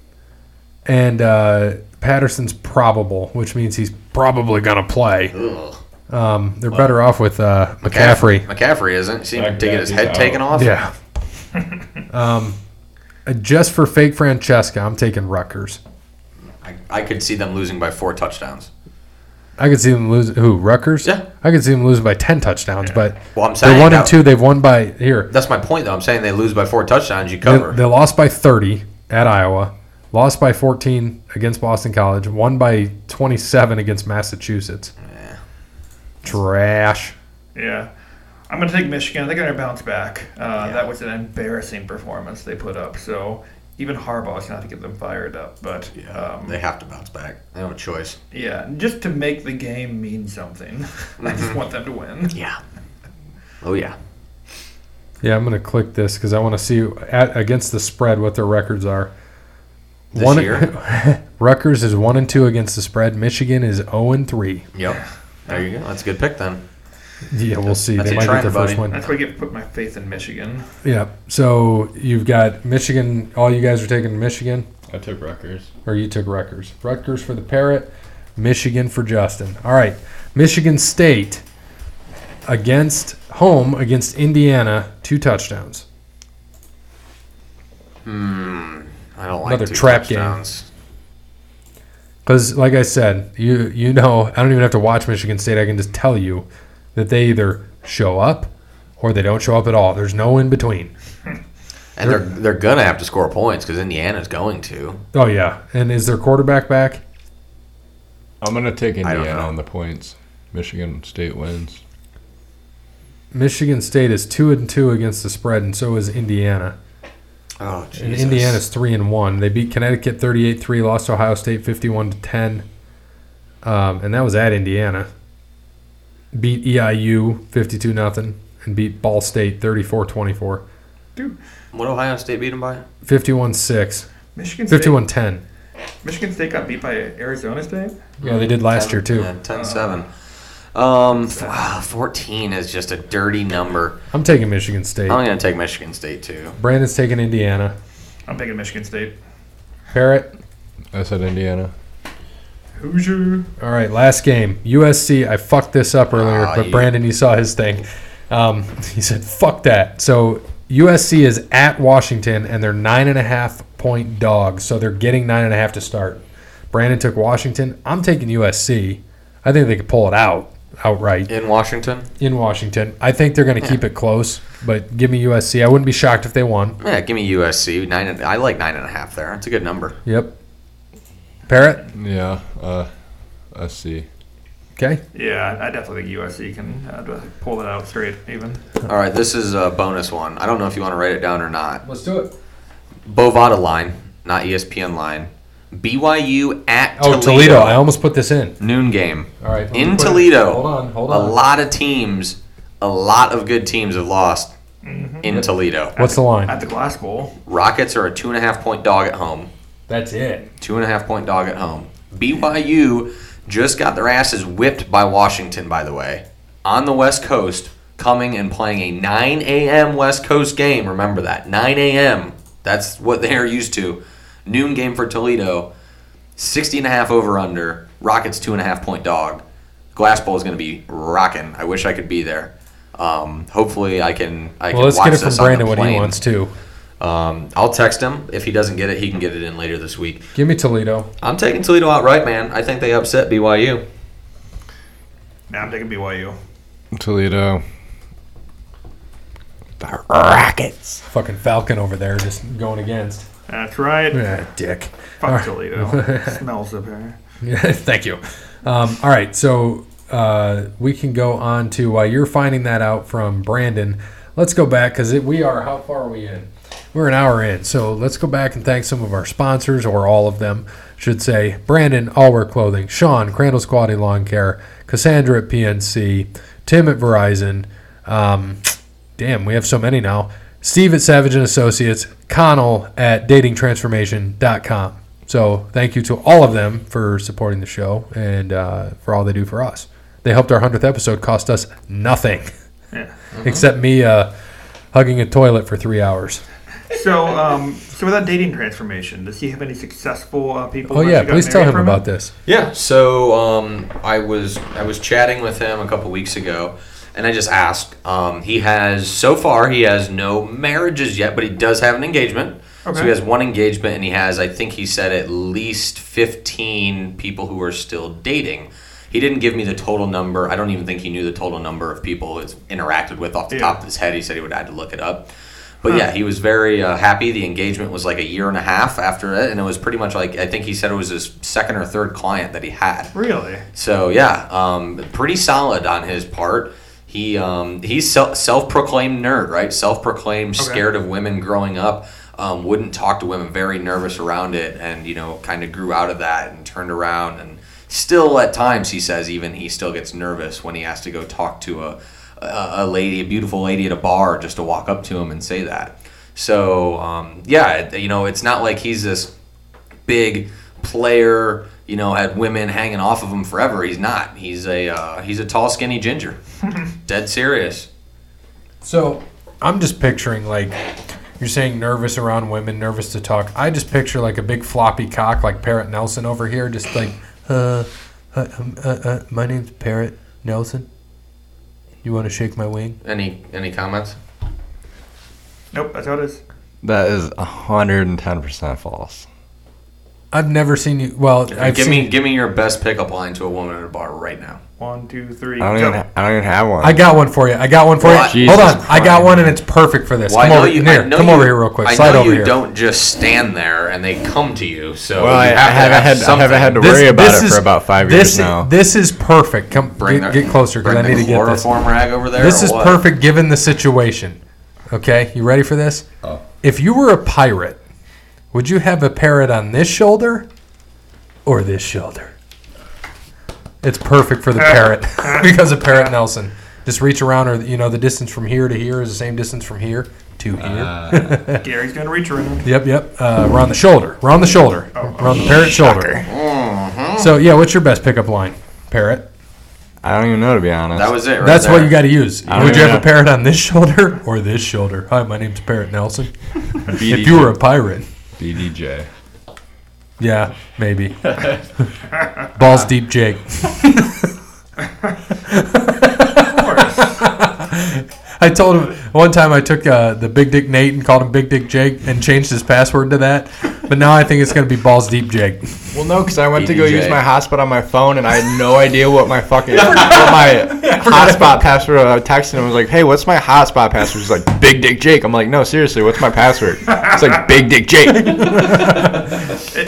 and uh, Patterson's probable, which means he's probably going to play. Ugh. Um, they're better off with uh, McCaffrey. McCaffrey isn't. He seemed Like to get that, his he's head out. taken off. Yeah. um, uh, just for fake Francesca, I'm taking Rutgers. I, I could see them losing by four touchdowns. I could see them lose. Who Rutgers? Yeah. I could see them losing by ten touchdowns, but Well, I'm saying they're one that- and two. They've won by here. That's my point, though. I'm saying they lose by four touchdowns. You They, cover. they lost by thirty at Iowa. Lost by fourteen against Boston College. Won by twenty-seven against Massachusetts. Trash. Yeah. I'm going to take Michigan. I think they're going to bounce back. Uh, That was an embarrassing performance they put up. So even Harbaugh's going to have to get them fired up. But yeah. Um, they have to bounce back. They have a choice. yeah, just to make the game mean something, I just want them to win. Yeah. Oh yeah. Yeah, I'm gonna click this because I want to see at, against the spread what their records are. This one year? Rutgers is one and two against the spread. Michigan is zero and three. Yep. There you go. That's a good pick then. Yeah, we'll see. That's they a might trend, get their first buddy. one. That's why I get put my faith in Michigan. Yeah. So you've got Michigan. All you guys are taking Michigan, I took Rutgers. or you took Rutgers. Rutgers for the parrot, Michigan for Justin. All right. Michigan State against home against Indiana, two touchdowns. Hmm. I don't like Another two trap game. touchdowns. Because, like I said, you you know, I don't even have to watch Michigan State. I can just tell you that they either show up or they don't show up at all. There's no in between. And they're they're gonna have to score points because Indiana's going to. Oh yeah, and is their quarterback back? I'm gonna take don't Indiana know. on the points. Michigan State wins. Michigan State is two and two against the spread, and so is Indiana. Oh Jesus. And Indiana's three and one. They beat Connecticut 38-3, lost to Ohio State 51 to 10, um, and that was at Indiana. beat EIU 52 nothing and beat Ball State 34-24. What Ohio State beat them by? 51-6. Michigan State. 51-10. Michigan State got beat by Arizona State. Yeah, they did last year too. Yeah, 10 7. Uh, Um, f- ah, 14 is just a dirty number. I'm taking Michigan State. I'm going to take Michigan State too. Brandon's taking Indiana. I'm picking Michigan State. Parrot. I said Indiana. Hoosier. All right, last game. USC. I fucked this up earlier, Ah, but you- Brandon, you saw his thing. Um, he said, "Fuck that." So USC is at Washington, and they're nine and a half point dogs. So they're getting nine and a half to start. Brandon took Washington. I'm taking USC. I think they could pull it out outright In Washington? in Washington. I think they're going to keep it close, but give me USC. I wouldn't be shocked if they won. Yeah, give me USC. Nine. And, I like nine and a half there. That's a good number. Yep. Parrot. Yeah. Uh, SC. Okay. Yeah, I definitely think USC can uh, pull it out straight. Even All right, this is a bonus one. I don't know if you want to write it down or not. Let's do it. Bovada line, not E ESPN line. BYU at Oh, Toledo. Toledo. I almost put this in. Noon game. All right. let me In put it- Toledo. Hold on. Hold A on. lot of teams, a lot of good teams have lost Mm-hmm. in Toledo. What's the line? at the Glass Bowl, Rockets are a two and a half point dog at home. That's it. Two and a half point dog at home. BYU just got their asses whipped by Washington, by the way, on the West Coast, coming and playing a 9 a.m. West Coast game. Remember that. 9 a.m. That's what they are used to. Noon game for Toledo. 60 and a half over under. Rockets two and a half point dog. Glass Bowl is going to be rocking. I wish I could be there. Um, hopefully I can. I Well, can let's watch get it from this on the Brandon what he plane. wants too. Um, I'll text him if he doesn't get it. He can get it in later this week. Give me Toledo. I'm taking Toledo outright, man. I think they upset BYU. now I'm taking BYU. Toledo. The Rockets. Fucking Falcon over there, just going against. That's right. Ah, Yeah, dick. Fuck All right. Toledo. Smells up here. Yeah, Thank you. Um, all right, so uh, we can go on to while you're finding that out from Brandon. Let's go back because we are how far are we in? We're an hour in, so let's go back and thank some of our sponsors or all of them. Should say Brandon Allwear Clothing, Sean Crandall's Quality Lawn Care, Cassandra at PNC, Tim at Verizon. Um, damn, we have so many now. Steve at Savage and Associates, Connell at datingtransformation.com. So thank you to all of them for supporting the show and uh, for all they do for us. They helped our hundredth episode cost us nothing, Yeah. except me uh, hugging a toilet for three hours. So, um, so without dating transformation, does he have any successful uh, people? Oh that yeah, got please tell married him from about this. Yeah. So um, I was I was chatting with him a couple weeks ago, and I just asked. Um, he has so far he has no marriages yet, but he does have an engagement. So Okay. he has one engagement, and he has I think he said at least fifteen people who are still dating. He didn't give me the total number. I don't even think he knew the total number of people he's interacted with off the Yeah. top of his head. He said he would have to look it up. But yeah, he was very uh, happy. The engagement was like a year and a half after it, and it was pretty much like I think he said it was his second or third client that he had. Really? So yeah, um, pretty solid on his part. He um, he's self proclaimed nerd, right? Self proclaimed Okay. scared of women growing up. Um, wouldn't talk to women, very nervous around it, and you know, kind of grew out of that and turned around. And still, at times, he says even he still gets nervous when he has to go talk to a a, a lady, a beautiful lady at a bar, just to walk up to him and say that. So um, yeah, you know, it's not like he's this big player. You know, had women hanging off of him forever. He's not. He's a uh, he's a tall, skinny ginger. Dead serious. So I'm just picturing like you're saying nervous around women, nervous to talk. I just picture like a big floppy cock like Parrot Nelson over here, just like, uh, uh, um, uh, uh my name's Parrot Nelson. You want to shake my wing? Any any comments? Nope. That's how it is. That is 110% false. I've never seen you. Well, I've give seen, me give me your best pickup line to a woman at a bar right now. One, two, three. I don't, go. even, I don't even have one. I got one for you. I got one for What? you. Jesus Hold on. I got Christ. one and it's perfect for this. Well, I come know over you- I here. know Come you- over here real quick. I Slide know over you here. don't just stand there and they come to you. So well, I, you I have to haven't had, I haven't have had to something. worry about it is- for about five this years is- now. This is perfect. Come Bring get, the- get closer because bring I the need to get this. chloroform rag over there. This or is what? perfect given the situation. Okay, you ready for this? If you were a pirate, would you have a parrot on this shoulder or this shoulder? It's perfect for the parrot because of Parrot Nelson. Just reach around, or you know, the distance from here to here is the same distance from here to here. Gary's gonna reach around. Yep, yep. Uh, we're on the shoulder. We're on the shoulder. We're on the parrot shoulder. So yeah, what's your best pickup line? Parrot. I don't even know to be honest. That was it. Right That's what there. you got to use. don't Would you even have a know. parrot on this shoulder or this shoulder? Hi, my name's Parrot Nelson. BDJ. If you were a pirate, BDJ. yeah, maybe. Balls deep, Jake. I told him one time I took uh, the Big Dick Nate and called him Big Dick Jake and changed his password to that. But now I think it's going to be Balls Deep Jake. Well, no, because I went to go BDJ. use my hotspot on my phone, and I had no idea what my fucking what my hotspot password. I texted him. I was like, "Hey, what's my hotspot password?" He's like, "Big Dick Jake." I'm like, "No, seriously, what's my password?" It's like Big Dick Jake. I-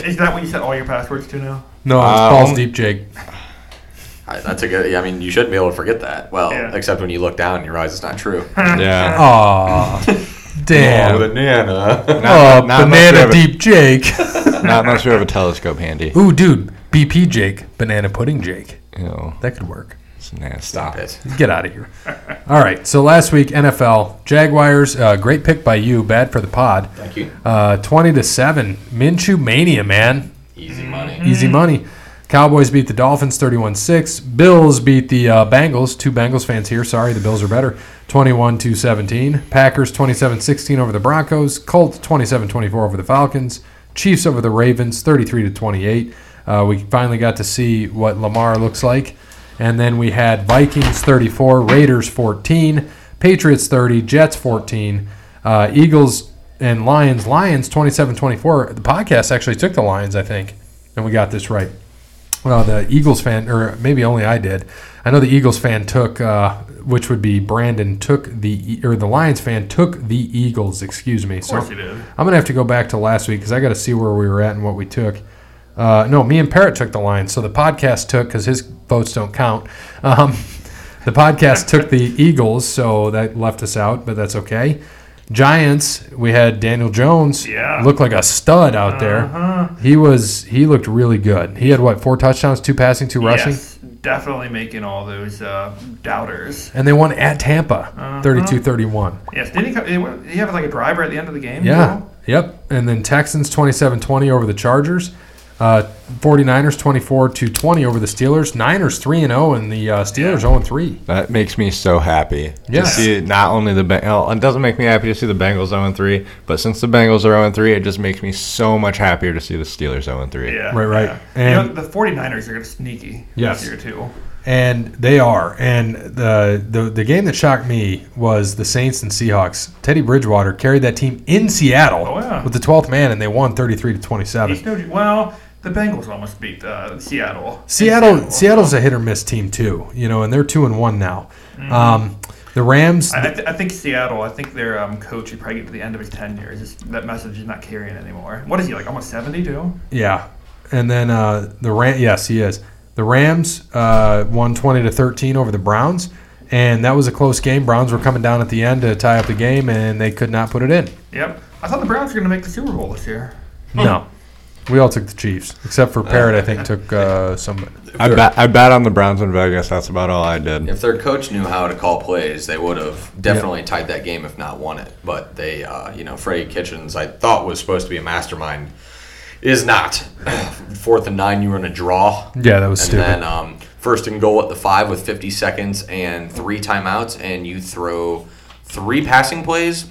Is that what you set all your passwords to now? No, it's Um, Balls Deep Jake. I- That's a good. I mean, you shouldn't be able to forget that. Well, Yeah. except when you look down and you realize it's not true. Yeah. Aw, damn. banana. Oh, not much banana of it. deep Jake. Not unless you have a telescope handy. Ooh, dude, BP Jake, banana pudding Jake. You know, That could work. it's nasty. Stop it. Get out of here. All right. So last week NFL Jaguars, uh, great pick by you. Bad for the pod. Thank you. Uh, Twenty to seven. Minshew mania, man. Easy money. Easy money. Cowboys beat the Dolphins 31 6. Bills beat the uh, Bengals. Two Bengals fans here. Sorry, the Bills are better. 21 to 17. Packers 27 16 over the Broncos. Colts 27 24 over the Falcons. Chiefs over the Ravens 33 to 28. Uh, we finally got to see what Lamar looks like. And then we had Vikings 34, Raiders 14, Patriots 30, Jets 14, uh, Eagles and Lions. Lions 27 24. The podcast actually took the Lions, I think, and we got this right. Well, the Eagles fan, or maybe only I did. I know the Eagles fan took, uh, which would be Brandon took the, E- or the Lions fan took the Eagles. Excuse me. Of course So he did. I'm gonna have to go back to last week because I got to see where we were at and what we took. Uh, no, me and Parrot took the Lions, so the podcast took because his votes don't count. Um, the podcast took the Eagles, so that left us out, but that's okay. Giants, we had Daniel Jones. Yeah. Uh-huh. looked like a stud out there. He was. He looked really good. He had what four touchdowns, two passing, two rushing, Yes, definitely making all those uh, doubters. and they won at Uh-huh. Tampa, 32-31. Yes, didn't he? Come, he have like a driver at the end of the game. Yeah. though? Yep. And then Texans 27-20 over the Chargers. Uh, 49ers 24 to 20 over the Steelers. Niners 3 and 0 and the uh, Steelers 0 and 3. That makes me so happy Yeah. to see not only the Ben- oh, it doesn't make me happy to see the Bengals 0 3, but since the Bengals are 0 3, it just makes me so much happier to see the Steelers 0 3. Yeah. Right, right. yeah. And- you know, the 49ers are going to sneaky Yes. this year, too. And they are. And the, the the game that shocked me was the Saints and Seahawks. Teddy Bridgewater carried that team in Seattle Oh, yeah. with the 12th man and they won 33 to 27. He's no, well, the Bengals almost beat uh, Seattle. Seattle Seattle's a hit or miss team too, you know, and they're 2 and 1 now. Um, the Rams I, I, th- I think Seattle. I think their um, coach would probably get to the end of his tenure. It's Just, that message is not carrying anymore. What is he like? Almost seventy-two. Yeah, and then uh, the Ram. Yes, he is. The Rams uh, won twenty to thirteen over the Browns, and that was a close game. Browns were coming down at the end to tie up the game, and they could not put it in. Yep. I thought the Browns were going to make the Super Bowl this year. Hmm. No, we all took the Chiefs except for Parrot. I think took uh, some. I, bet, I bet on the Browns in Vegas. That's about all I did. If their coach knew how to call plays, they would have definitely tied that game, if not won it. But they, uh, you know, Freddie Kitchens, I thought was supposed to be a mastermind, is not. Fourth and nine, you were in a draw. Yeah, that was and stupid. then um, first and goal at the five with 50 seconds and three timeouts, and you throw three passing plays,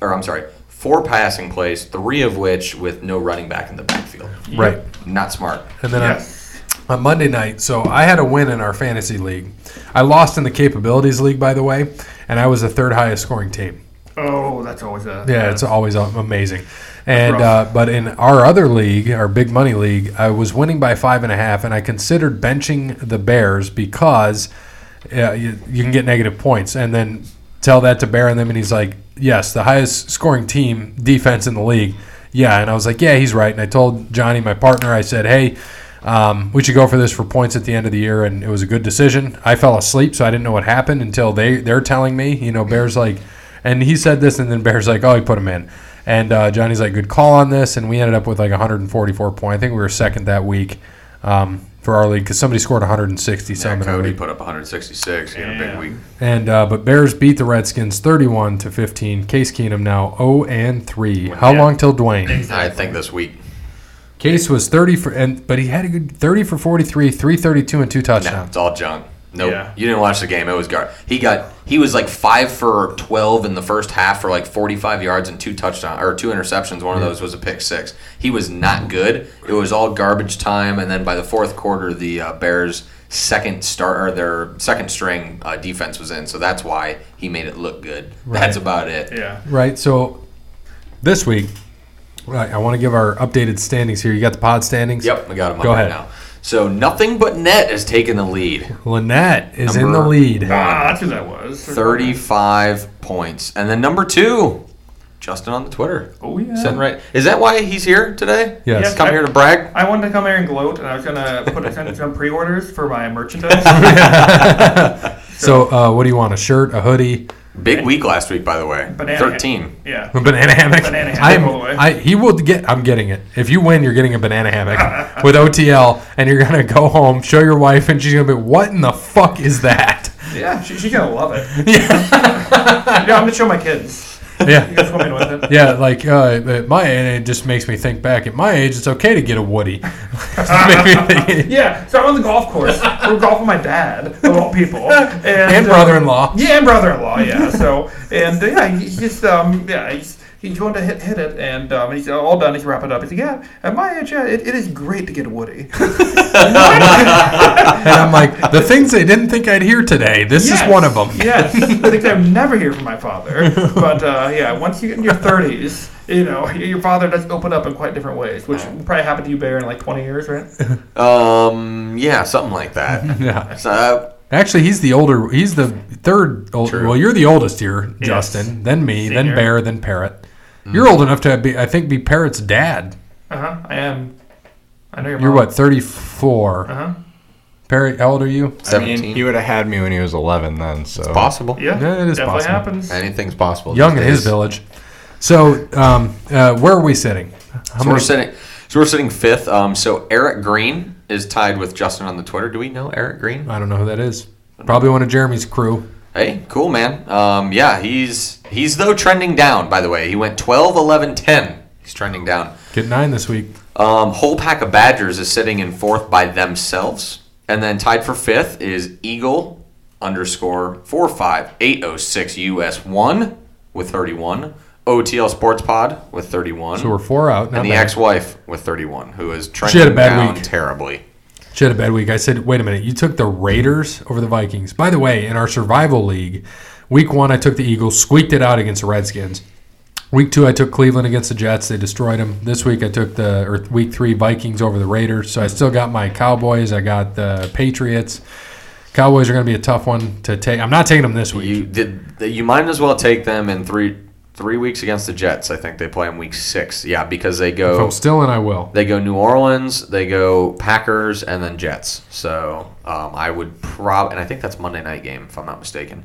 or I'm sorry, four passing plays, three of which with no running back in the backfield. Right, Not smart. and then I, Yes. on Monday night. So I had a win in our fantasy league. I lost in the capabilities league, by the way, and I was the third highest scoring team. Oh, that's always a Yeah, it's always a- amazing. And rough. uh, but in our other league, our big money league, I was winning by five and a half, and I considered benching the Bears because uh, you, you can get negative points, and then tell that to Barron them, and he's like, "Yes, the highest scoring team defense in the league." Yeah, and I was like, "Yeah, he's right." And I told Johnny, my partner, I said, "Hey." Um, we should go for this for points at the end of the year, and it was a good decision. I fell asleep, so I didn't know what happened until they they're telling me. You know, Bears like, and he said this, and then Bears like, oh, he put him in, and uh, Johnny's like, good call on this, and we ended up with like 144 point. I think we were second that week. Um, for our league because somebody scored 160 Yeah, some in our Cody league. put up 166 in a big Damn. week. And uh, but Bears beat the Redskins 31 to 15. Case Keenum now 0 and 3. How Yeah. long till Dwayne? I think this week. Case was 30 for and but he had a good 30 for 43, 332 and two No, touchdowns. it's all junk. Nope. Yeah. You didn't watch the game. It was gar. He got he was like five for twelve in the first half for like forty five yards and two touchdowns or two interceptions. One of those was a pick six. He was not good. It was all garbage time. And then by the fourth quarter, the uh, Bears second star or their second string uh, defense was in. So that's why he made it look good. That's about it. Yeah. Right? So this week right, I want to give our updated standings here. You got the pod standings? Yep, I got him. Go up right ahead. now. So nothing but net has taken the lead. Lynette is in the Number lead. Ah, that's who that was. 35 points. And then number two, Justin on the Twitter. Oh, yeah. Sitting right. Is that why he's here today? Yes. He's come here to brag? I wanted to come here and gloat, and I was gonna put it in some pre-orders for my merchandise. So uh, what do you want? A shirt, a hoodie, Big week last week, by the way. Banana. 13. yeah. a banana hammock? Banana hammock I'm- all the way. I, he will get. I'm getting it. If you win, you're getting a banana hammock with OTL, and you're gonna go home, show your wife, and she's gonna be, "What in the fuck is that?" Yeah, she, she's gonna love it. Yeah. yeah, I'm gonna show my kids. You Yeah. guys want me with it? Yeah, like uh, at my age, it just makes me think back. At my age, it's okay to get a Woody. and Yeah, so I'm on the golf course. We're golfing with my dad, of all people, and, uh, brother-in-law. Yeah, and brother-in-law. Yeah. So and uh, yeah, he- he's um yeah he's he's going to hit hit it and um he's all done. He's wrapping up. He's like yeah at my age yeah it, it is great to get Woody. And I'm like, the things they didn't think I'd hear today. This is one of them. yes, things I would never hear from my father. But uh, yeah, once you get in your thirties, you know your father does open up in quite different ways, which probably happened to you, Bear, in like twenty years, right? Uh-huh. Um, yeah, something like that. Yeah. so, Actually, he's the older. He's the third. Old, well, you're the oldest here, Yes. Justin. Then me. Then Senior. Bear. Then Parrot. You're old enough to be, I think, be Parrot's dad. Uh huh. I am. I know your You're mom. what, 34? Uh huh. Parrot, how old are you? 17. I mean, he would have had me when he was 11 then, so. possible. Yeah. Yeah, it is definitely possible. happens. Anything's possible. Young these in his days. village. So, um, uh, where are we sitting? How So we're sitting. So we're sitting fifth. Um, so Eric Green is tied with Justin on the Twitter. Do we know Eric Green? I don't know who that is. Probably one of Jeremy's crew. Hey, cool man. Um, yeah, he's he's though trending down. By the way, he went 12, 11, 10. He's trending down. Get nine this week. Um, whole pack of Badgers is sitting in fourth by themselves, and then tied for fifth is Eagle underscore four five eight oh six US one with thirty one. OTL Sports Pod with thirty one. So we're four out. Not and the bad. ex-wife with 31, who is trending She had a bad down week. terribly. She had a bad week. I said, wait a minute, you took the Raiders over the Vikings. By the way, in our survival league, week one, I took the Eagles, squeaked it out against the Redskins. Week two, I took Cleveland against the Jets. They destroyed them. This week, I took the, or week three, Vikings over the Raiders. So I still got my Cowboys. I got the Patriots. Cowboys are going to be a tough one to take. I'm not taking them this week. You did. You might as well take them in three three weeks against the Jets. I think they play them week six. Yeah, because they if go I'm still in, I will. they go New Orleans, they go Packers, and then Jets. So um, I would prob and I think that's Monday night game if I'm not mistaken.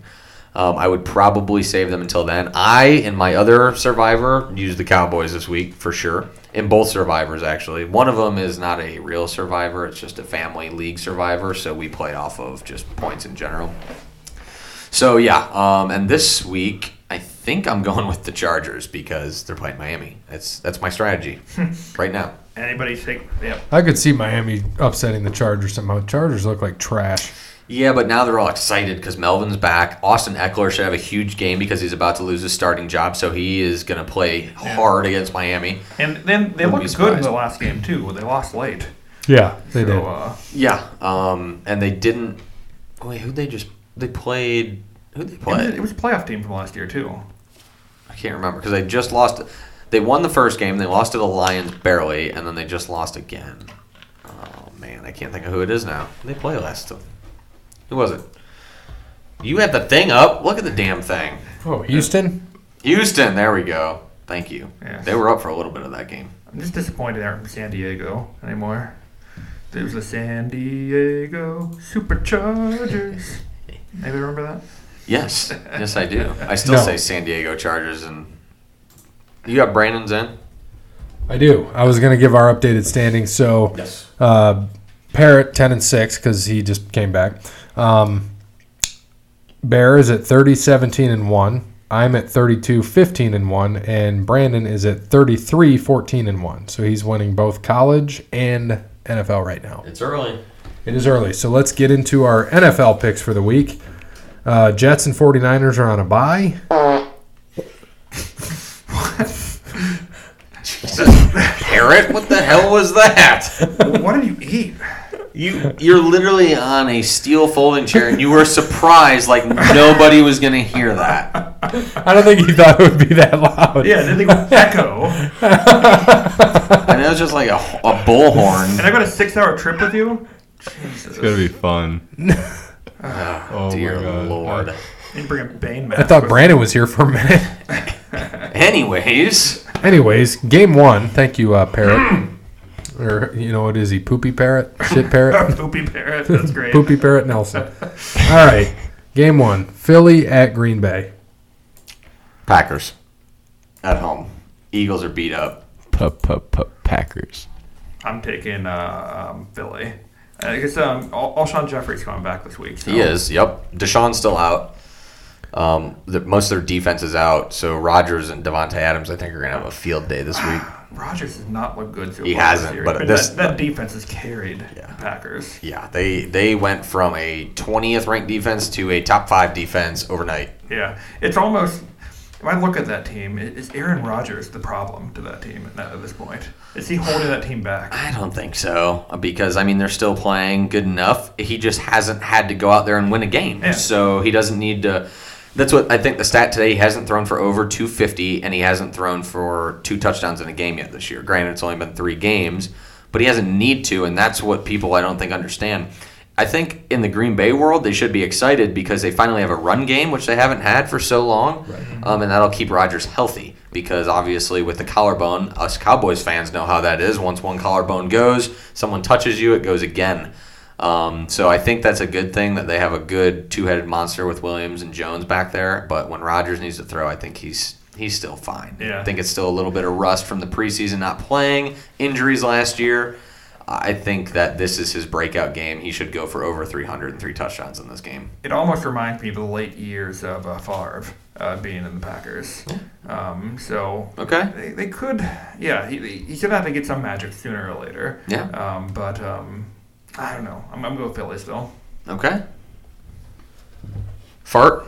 Um, I would probably save them until then. I and my other survivor used the Cowboys this week for sure. In both survivors, actually, one of them is not a real survivor; it's just a family league survivor. So we played off of just points in general. So yeah, um, and this week I think I'm going with the Chargers because they're playing Miami. That's that's my strategy right now. Anybody take? Yep. I could see Miami upsetting the Chargers somehow. Chargers look like trash. Yeah, but now they're all excited because Melvin's back. Austin Eckler should have a huge game because he's about to lose his starting job, so he is going to play hard against Miami. And then they Wouldn't be looked good in surprised. the last game too. They lost late. Yeah, they so, did. Uh, Yeah, um, and they didn't. Wait, who they just they played? Who they and it played? was a playoff team from last year too. I can't remember because they just lost. They won the first game. They lost to the Lions barely, and then they just lost again. Oh man, I can't think of who it is now. They play last. Who was it? You had the thing up. Look at the damn thing. oh, Houston? Houston, there we go. Thank you. Yes. They were up for a little bit of that game. I'm just disappointed they aren't from San Diego anymore. There was the San Diego Superchargers. Maybe remember that? Yes, yes, I do. I still No. say San Diego Chargers, and you got Brandon's in. I do. I was going to give our updated standings. So Yes. uh, Parrot ten and six because he just came back. Um, Bear is at 30 17 and 1. I'm at 32 15 and 1 and Brandon is at 33 14 and 1. So he's winning both college and NFL right now. It's early. It is early. So let's get into our NFL picks for the week. Uh, Jets and 49ers are on a bye. Parrot, what the hell was that? what did you eat? You you're literally on a steel folding chair, and you were surprised like nobody was gonna hear that. I don't think he thought it would be that loud. Yeah, then they go echo. And And it was just like a, a bullhorn. I got a six-hour trip with you. Jesus. It's gonna be fun. oh Dear Lord. And bring a Bane I mask. thought with- Brandon was here for a minute. Anyways, Anyways, game one. Thank you, uh, Parrot. or, you know, what is he? Poopy Parrot? Shit Parrot? Poopy parrot. That's great. Poopy Parrot Nelson. All right. Game one. Philly at Green Bay. Packers. at home, Eagles are beat up. Pup, pup, pup, Packers. I'm taking uh, um, Philly. I guess um, Al- Alshon Jeffrey's coming back this week. So. He is. Yep. Deshaun's still out. Um, the, most of their defense is out, so Rodgers and Devontae Adams, I think, are gonna have a field day this week. Rogers does not look good. So He far hasn't, year. but I mean, this- that, that defense has carried the Packers. Yeah, they they went from a 20th ranked defense to a top five defense overnight. Yeah, it's almost. If I look at that team, i- is Aaron Rodgers the problem to that team at, at this point? Is he holding that team back? I don't think so because I mean they're still playing good enough. He just hasn't had to go out there and win a game, Yeah. so he doesn't need to. That's what I think the stat today. He hasn't thrown for over 250, and he hasn't thrown for two touchdowns in a game yet this year. Granted, it's only been three games, but he doesn't need to, and that's what people I don't think understand. I think in the Green Bay world, they should be excited because they finally have a run game, which they haven't had for so long, um, and that'll keep Rodgers healthy. Because obviously, with the collarbone, us Cowboys fans know how that is. Once one collarbone goes, someone touches you, it goes again. Um, so I think that's a good thing that they have a good two-headed monster with Williams and Jones back there. But when Rodgers needs to throw, I think he's he's still fine. Yeah. I think it's still a little bit of rust from the preseason not playing, injuries last year. I think that this is his breakout game. He should go for over 300 and three touchdowns in this game. It almost reminds me of the late years of uh, Favre uh, being in the Packers. Um, so Okay. they, they could, yeah, he, he- he's gonna have to get some magic sooner or later. Yeah. Um, but um, I don't know. I'm, I'm going with Philly still. Okay. Fart.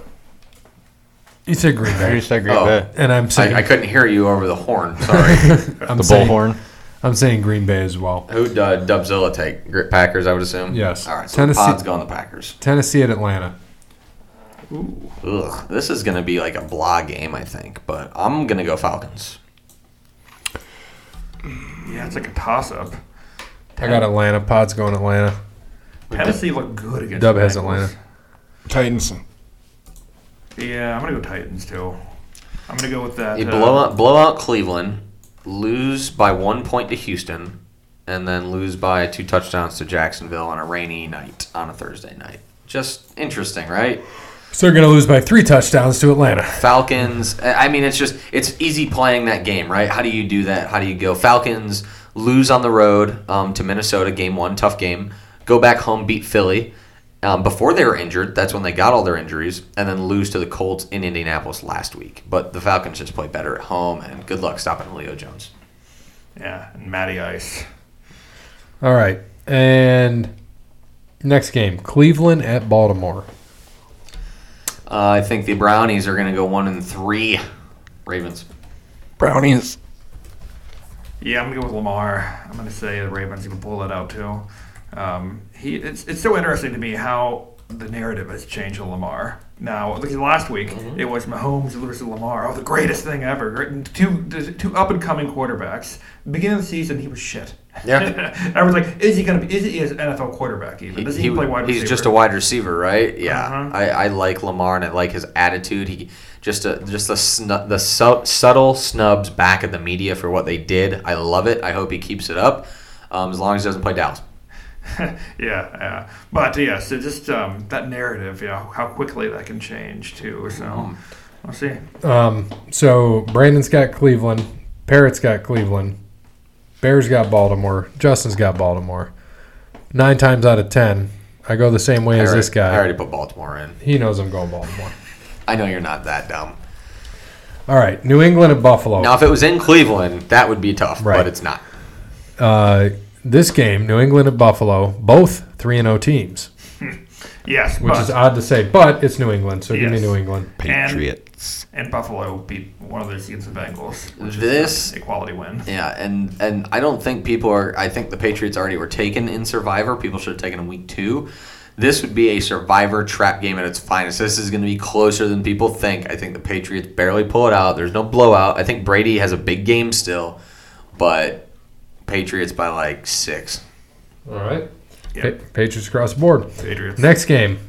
You said Green I Bay. just agree Oh. with And I'm saying, I, I couldn't hear you over the horn. Sorry. I'm, that. The saying bullhorn. I'm saying Green Bay as well. Who uh, Dubzilla take? Gr- Packers, I would assume. Yes. All right. So Tennessee- the pod's gone the Packers. Tennessee at Atlanta. Ugh, this is gonna be like a blah game, I think. But I'm gonna go Falcons. Yeah, it's like a toss-up. I got Atlanta. Pod's going Atlanta. Tennessee looked good against. Dub the has Bengals. Atlanta. Titans. Yeah, I'm gonna go Titans too. I'm gonna go with that. You uh, blow out, blow out Cleveland, lose by one point to Houston, and then lose by two touchdowns to Jacksonville on a rainy night on a Thursday night. Just interesting, right? So they're going to lose by three touchdowns to Atlanta. Falcons. I I mean, it's just it's easy playing that game, right? How do you do that? How do you go? Falcons lose on the road um, to Minnesota, game one, tough game. Go back home, beat Philly. Um, before they were injured, that's when they got all their injuries, and then lose to the Colts in Indianapolis last week. But the Falcons just play better at home, and good luck stopping Leo Jones. Yeah, and Matty Ice. All right. And next game Cleveland at Baltimore. Uh, I think the Brownies are going to go one and three. Ravens. Brownies. Yeah, I'm gonna go with Lamar. I'm gonna say the Ravens can pull that out too. Um, he, it's, it's so interesting to me how the narrative has changed to Lamar. Now, look at last week, Mm-hmm. it was Mahomes versus Lamar. Oh, the greatest thing ever. Great- Two two up and coming quarterbacks. Beginning of the season, he was shit. Yeah. I was like, is he gonna be? Is he an NFL quarterback even? Does he, He- play wide receiver? he's just a wide receiver, right? Yeah, Uh-huh. I, I like Lamar and I like his attitude. He just a, just the snu- the sub, subtle snubs back at the media for what they did. I love it. I hope he keeps it up. Um, as long as he doesn't play Dallas. yeah, yeah. But yeah, so just um, that narrative, you know, how quickly that can change too. So Hmm. we'll see. Um, so Brandon's got Cleveland, Parrot's got Cleveland, Bears got Baltimore, Justin's got Baltimore, nine times out of ten, I go the same way as already- this guy. I already put Baltimore in. He knows I'm going Baltimore. I know you're not that dumb. All right, New England at Buffalo. Now, if it was in Cleveland, that would be tough, Oh. Right. but it's not. Uh, this game, New England at Buffalo, both three and zero teams, Yes, which but, uh, is odd to say, but it's New England, so give me Yes. New England. and- Patriots. and Buffalo beat one of those against the Bengals. Which This- is an equality win. Yeah, and and I don't think people are. I think the Patriots already were taken in Survivor. People should have taken them week two. This would be a Survivor trap game at its finest. This is going to be closer than people think. I think the Patriots barely pull it out. There's no blowout. I think Brady has a big game still, but Patriots by like six. All right, Yeah. Pa- Patriots across the board. Patriots. Next game,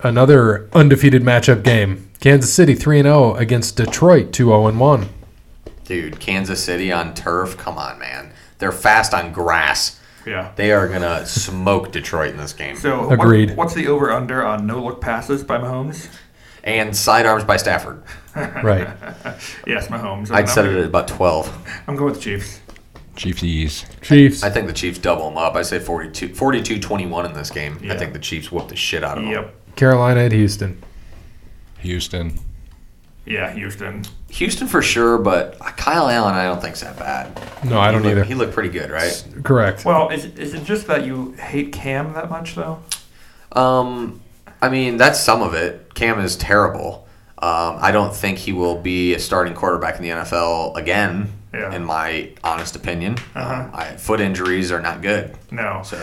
another undefeated matchup game. Kansas City three and zero against Detroit two zero and one. Dude, Kansas City on turf. Come on, man. They're fast on grass. Yeah. They are going to smoke Detroit in this game. So what- Agreed. what's the over under on no look passes by Mahomes? And sidearms by Stafford. Right. Yes, Mahomes. I'd set I'm- it at about 12. I'm going with the Chiefs. Chiefsies. Chiefs. I think the Chiefs double them up. I say 42, 42 21 in this game. I Yeah. think the Chiefs whoop the shit out of them. Yep. Carolina at Houston. Houston. Yeah, Houston. Houston for sure, but Kyle Allen, I don't think's that bad. No, I don't he either. Looked, he looked pretty good, right? Correct. Well, is, is it just that you hate Cam that much though? Um, I mean, that's some of it. Cam is terrible. Um, I don't think he will be a starting quarterback in the NFL again, Yeah. Uh-huh. in my honest opinion. Um, I, foot injuries are not good. No. So,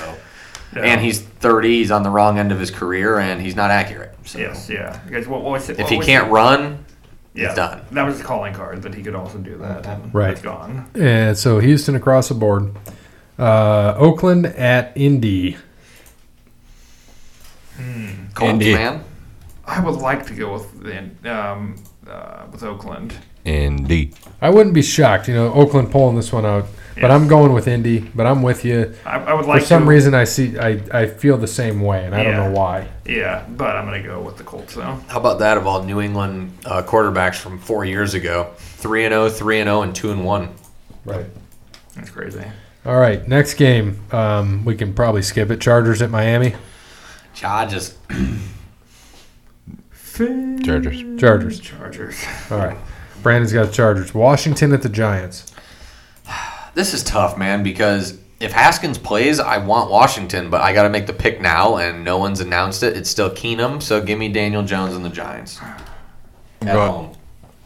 No. and he's 30. He's on the wrong end of his career, and he's not accurate. So, Yes, yeah. Because what, what was it, if what he was can't it- run, yeah, he's done. That was his calling card that he could also do that. And Right. It's gone. And so Houston across the board. Uh, Oakland at Indy. Colts, Indy. man. I would like to go with the, um, uh, with Oakland. Indy. I wouldn't be shocked, you know, Oakland pulling this one out. But Yeah. I'm going with Indy. But I'm with you. I, I would like For some to, reason, I see, I, I feel the same way, and I Yeah. don't know why. Yeah, but I'm gonna go with the Colts though. How about that of all New England uh, quarterbacks from four years ago? 3 and 0, 3 and 0, and 2 and 1. Right. That's crazy. All right, next game. Um, we can probably skip it. Chargers at Miami. Chargers. Chargers. Chargers. Chargers. All right. Brandon's got Chargers. Washington at the Giants. This is tough, man, because if Haskins plays, I want Washington, but I got to make the pick now, and no one's announced it. It's still Keenum, so give me Daniel Jones and the Giants. At Go- home.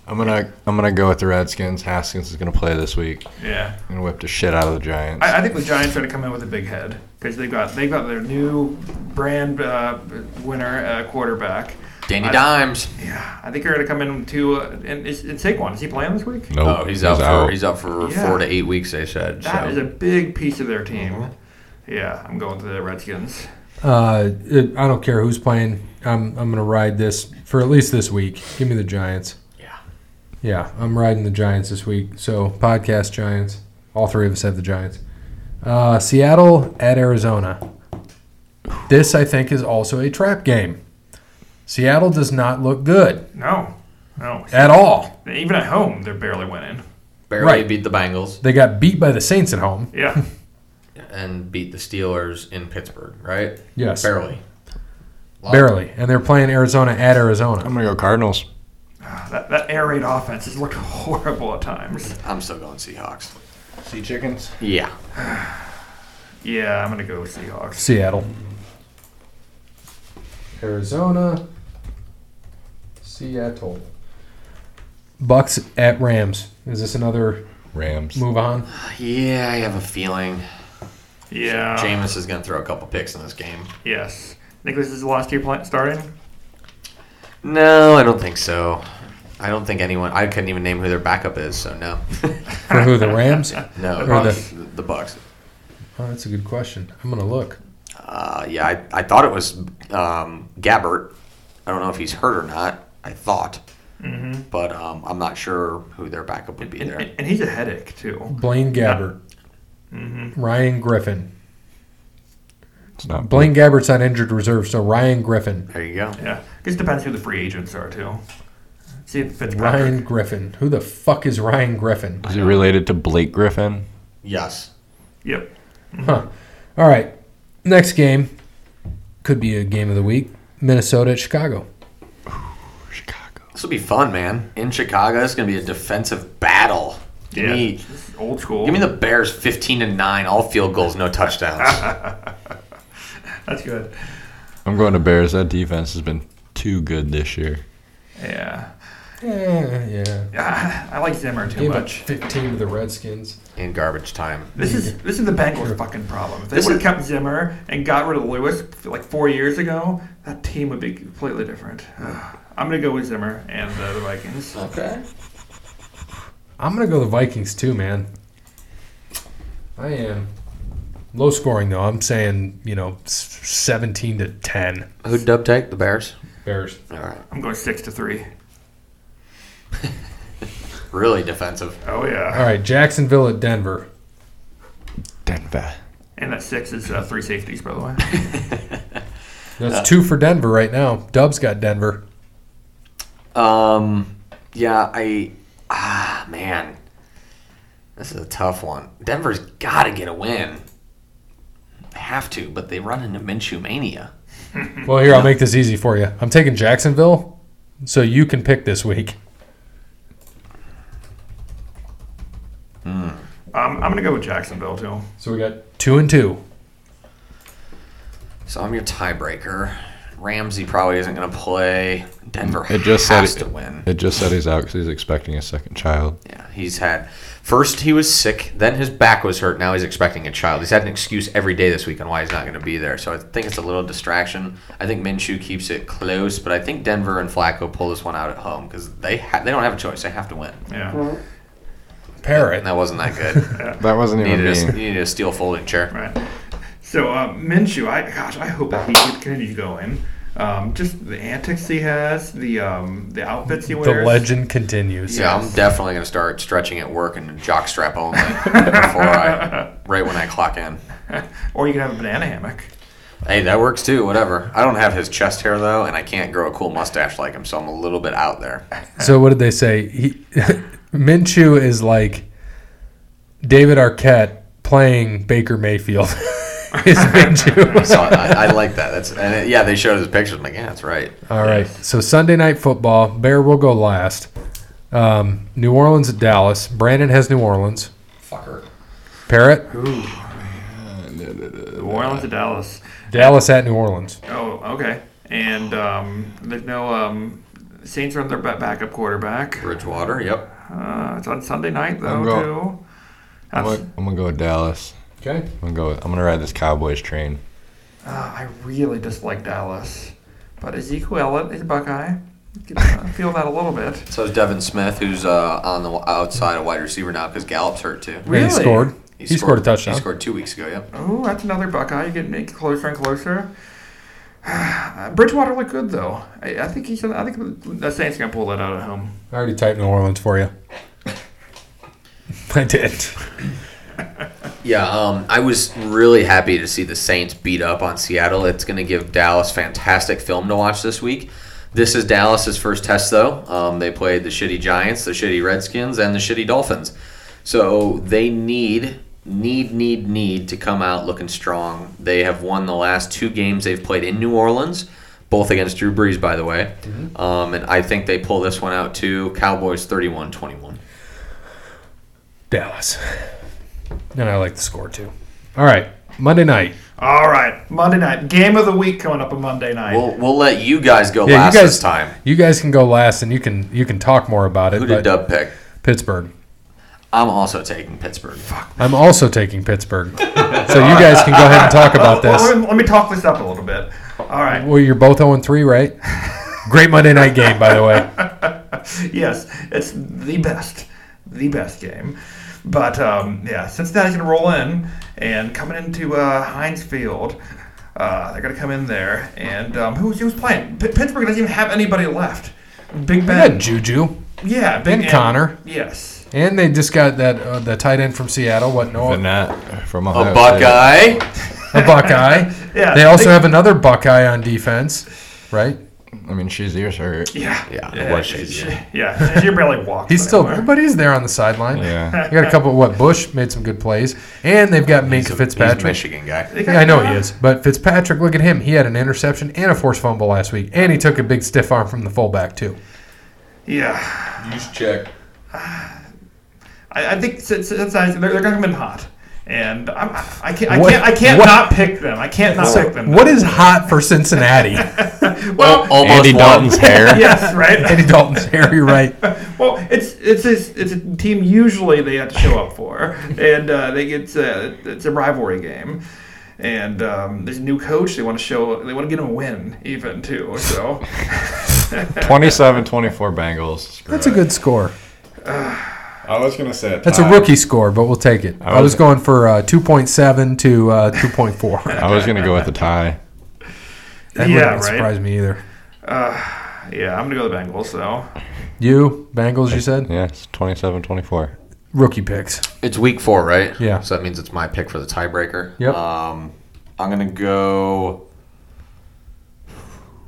I'm gonna I'm gonna go with the Redskins. Haskins is gonna play this week. Yeah. I'm gonna whip the shit out of the Giants. I, I think the Giants are going to come in with a big head because they got they got their new brand uh, winner uh, quarterback. Danny I- Dimes. Yeah, I think they're going to come in to uh, and is, is Saquon is he playing this week? Nope, Oh, he's out for he's out for Yeah. four to eight weeks. They said. That is so. a big piece of their team. Mm-hmm. Yeah, I'm going to the Redskins. Uh, it- I don't care who's playing. I'm, I'm going to ride this for at least this week. Give me the Giants. Yeah. Yeah, I'm riding the Giants this week. So, podcast Giants. All three of us have the Giants. Uh, Seattle at Arizona. This, I think, is also a trap game. Seattle does not look good No, no, at all. even at home they're barely winning. barely Right. beat the Bengals They got beat by the Saints at home. Yeah, and beat the Steelers in Pittsburgh, right? Yes. Barely. Barely. And they're playing Arizona at Arizona. I'm gonna go Cardinals. that, that air raid offense has looked horrible at times. I'm still going Seahawks. Sea chickens. Yeah. Yeah, I'm going to go with Seahawks. Seattle. Arizona. Seattle. Bucks at Rams. Is this another Rams. move on? Yeah, I have a feeling Yeah, Jameis is going to throw a couple picks in this game. Yes, Nicholas is the last year pla- starting. No, I don't think so. I don't think anyone. I couldn't even name who their backup is, so no. For who? The Rams? no, Or the, the- the Bucks. Oh, that's a good question. I'm gonna look. Uh, yeah, I, I thought it was um, Gabbert. I don't know if he's hurt or not. I thought, but um, I'm not sure who their backup would be And, there. Mm-hmm. and- and he's a headache too. Mm-hmm. Blaine Gabbert, Ryan Griffin. It's not Blaine Gabbert's on injured reserve, so Ryan Griffin, There you go. Yeah, because it depends who the free agents are too. See if Fitzpatrick. Ryan Griffin. Who the fuck is Ryan Griffin? Is it related to Blake Griffin? Yes. Yep. Huh. All right. Next game could be a game of the week. Minnesota at Chicago. Chicago. This will be fun, man. In Chicago, it's going to be a defensive battle. Give, Yeah. me, Old school. give me the Bears 15 to 9, all field goals, no touchdowns. That's good. I'm going to Bears. That defense has been too good this year. Yeah. Yeah, Eh, yeah. Ah, I like Zimmer too Gave up much. 15 to the Redskins. in garbage time. This is this is the Bengals' fucking problem. If they This would have is- kept Zimmer and got rid of Lewis like four years ago, that team would be completely different. Ugh. I'm gonna go with Zimmer and uh, the Vikings. Okay. I'm gonna go the Vikings too, man. I am low scoring though. I'm saying you know s- 17 to 10 Who dub take? The Bears? Bears. All right. I'm going six to three. Really defensive. Oh yeah. All right, Jacksonville at Denver. Denver. And that six is uh, three safeties, by the way. That's two for Denver right now. Dub's got Denver. Um, yeah, I. Ah, man. This is a tough one. Denver's got to get a win. They have to, but they run into Minshew mania. Well, here I'll make this easy for you. I'm taking Jacksonville, so you can pick this week. Um, I'm gonna go with Jacksonville too. So we got two and two. So I'm your tiebreaker. Ramsey probably isn't going to play. Denver It just said has it- to win. It just said he's out because he's expecting a second child. Yeah, he's had. First, he was sick. Then his back was hurt. Now he's expecting a child. He's had an excuse every day this week on why he's not going to be there. So I think it's a little distraction. I think Minshew keeps it close, but I think Denver and Flacco pull this one out at home because they ha- they don't have a choice. They have to win. Yeah. Parrot. And that wasn't that good. That wasn't you, even needed a, me. you needed a steel folding chair. Right. So uh, Minshew, I gosh, I hope that he keep- continues going. Um, just the antics he has, the um, the outfits he The wears. legend continues. So I'm definitely going to start stretching at work and jockstrap only before I, right when I clock in. Or you can have a banana hammock. Hey, that works too. Whatever. I don't have his chest hair though, and I can't grow a cool mustache like him, so I'm a little bit out there. So what did they say? He, Minshew is like David Arquette playing Baker Mayfield. is Minshew. so I, I like that. That's and it, yeah, they showed his pictures. I'm like, yeah, that's right. All right. So Sunday night football. Bear will go last. Um, New Orleans at Dallas. Brandon has New Orleans. Fucker. Parrot. New Orleans to Dallas. Dallas at New Orleans. Oh, okay. And um, there's no um, Saints are on their ba- backup quarterback. Bridgewater. Yep. Uh, it's on Sunday night though I'm go- too. I'm That's- gonna- I'm gonna go with Dallas. Okay. I'm gonna go. I'm gonna ride this Cowboys train. Uh, I really dislike Dallas, but Ezekiel Elliott is a Buckeye. I feel that a little bit. So is Devin Smith, who's uh, on the outside of wide receiver now because Gallup's hurt too. He Really? scored. He, scored, a touchdown. He scored two weeks ago. Yep. Oh, that's another Buckeye. You get make closer and closer. Uh, Bridgewater looked good though. I, I think he's. I think the Saints gonna pull that out at home. I already typed New Orleans for you. I did. Yeah. Um, I was really happy to see the Saints beat up on Seattle. It's going to give Dallas fantastic film to watch this week. This is Dallas's first test, though. Um, they played the shitty Giants, the shitty Redskins, and the shitty Dolphins. So they need, need, need, need to come out looking strong. They have won the last two games they've played in New Orleans, both against Drew Brees, by the way. Mm-hmm. Um, and I think they pull this one out too. Cowboys 31 21. Dallas. And I like the score too. All right. Monday night. All right, Monday night game of the week coming up on Monday night. We'll, we'll let you guys go Yeah, last you guys, this time. You guys can go last, and you can you can talk more about it. Who but did Dub pick? Pittsburgh. I'm also taking Pittsburgh. I'm also taking Pittsburgh, so you guys can go ahead and talk about Well, this. Oh, let, me, let me talk this up a little bit. All right. Well, you're both 0 3, right? Great Monday night game, by the way. Yes, it's the best, the best game. But um, yeah, Cincinnati's gonna roll in and coming into uh, Heinz Field. Uh, they're gonna come in there, and um, who's who's playing? P- Pittsburgh doesn't even have anybody left. Big They got Ben, Juju, yeah, Big and Connor. Yes, and they just got that uh, the tight end from Seattle. What But Noah, not from Ohio A State. Buckeye. a Oh. Buckeye. Yeah, they also they- have another Buckeye on defense, right? I mean, she's ears hurt. Yeah. Yeah, Yeah. what she- she's she- doing. yeah. She barely walks. He's still, anymore. but he's there on the sideline. Yeah. You got a couple. What Bush made some good plays, and they've got Minka He's a Fitzpatrick. Michigan guy. They got- Yeah, I know he is, but Fitzpatrick, look at him. He had an interception and a forced fumble last week, and he took a big stiff arm from the fullback too. Yeah. You should check. I, I think since, since I, they're, they're going to come in hot. And I'm, I can't, I What- can't, I can't what- not pick them. I can't not pick them. What is hot for Cincinnati? well? Almost Andy won. Dalton's hair. yes, right. Andy Dalton's hair. You're right. Well, it's it's a, it's a team usually they have to show up for, and uh, they it's a it's a rivalry game, and um, there's a new coach. They want to show they want to get him a win even too. So 27 24 Bengals. That's a good score. I was going to say That's Uh, a rookie score, but we'll take it. I was was- going for uh, 2.7 to uh, 2.4. I was going to go with the tie. That Yeah, wouldn't right. surprise me either. yeah, I'm gonna go the Bengals. So You Bengals, you said Yeah, it's 27 24. rookie picks. It's week four, right? Yeah. So that means it's my pick for the tiebreaker. Yep. Um, I'm gonna go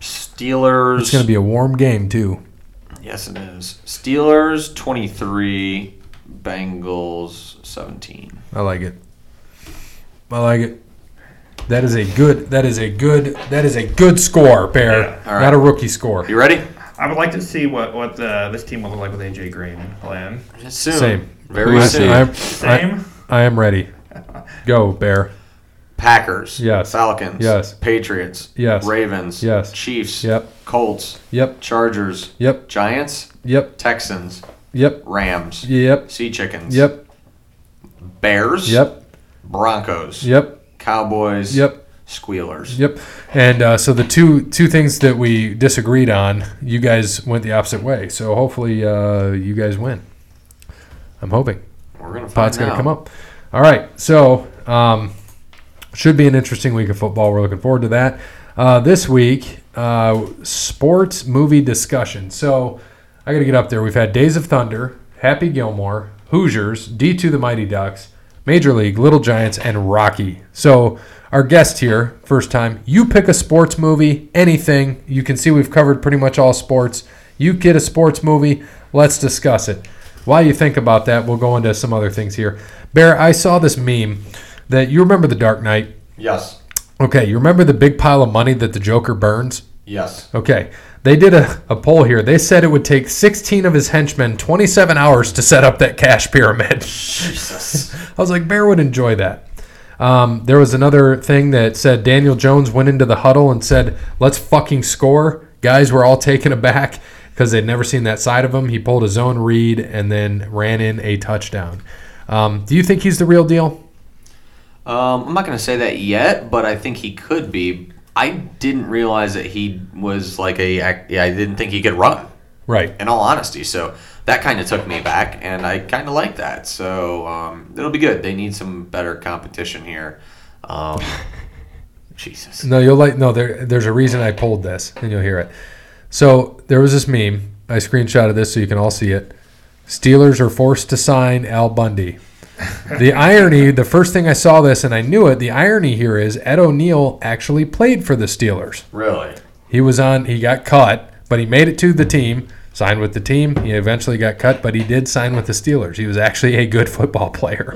Steelers. It's going to be a warm game too. yes, it is. Steelers 23, Bengals 17. I like it. I like it. That is a good. That is a good. That is a good score, Bear. Yeah, all right. Not a rookie score. You ready? I would like to see what what the, this team will look like with AJ Green playing. Soon. Same. Very Who is soon. he? I'm, I, Same. I am ready. Go, Bear. Packers. Yes. Falcons. Yes. Patriots. Yes. Ravens. Yes. Chiefs. Yep. Colts. Yep. Chargers. Yep. Giants. Yep. Texans. Yep. Rams. Yep. Sea chickens. Yep. Bears. Yep. Broncos. Yep. Cowboys. Yep. Squealers. Yep. And uh, so the two two things that we disagreed on, you guys went the opposite way. So hopefully uh, you guys win. I'm hoping. We're gonna find pot's going to out. come up. All right. So, um, should be an interesting week of football. We're looking forward to that. Uh, this week, uh, sports movie discussion. So, I got to get up there. We've had Days of Thunder, Happy Gilmore, Hoosiers, D2 the Mighty Ducks, Major League, Little Giants, and Rocky. So, our guest here, first time, you pick a sports movie, anything. You can see we've covered pretty much all sports. You get a sports movie, let's discuss it. While you think about that, we'll go into some other things here. Bear, I saw this meme that you remember The Dark Knight. Yes. Okay, you remember the big pile of money that the Joker burns? Yes. Okay, they did a, a poll here. They said it would take 16 of his henchmen 27 hours to set up that cash pyramid. Jesus. I was like, Bear would enjoy that. Um, there was another thing that said Daniel Jones went into the huddle and said, "Let's fucking score." Guys were all taken aback because they'd never seen that side of him. He pulled his own read and then ran in a touchdown. Um, do you think he's the real deal? Um, I'm not gonna say that yet, but I think he could be. I didn't realize that he was like a. I yeah, I didn't think he could run. Right. In all honesty, so that kind of took me back, and I kind of like that. So um, it'll be good. They need some better competition here. Um, Jesus. No, you'll like. No, there, there's a reason I pulled this, and you'll hear it. So there was this meme. I screenshotted this so you can all see it. Steelers are forced to sign Al Bundy. The irony, the first thing I saw this and I knew it, the irony here is Ed O'Neill actually played for the Steelers. Really? He was on. He got cut, but he made it to the team. Signed with the team. He eventually got cut, but he did sign with the Steelers. He was actually a good football player.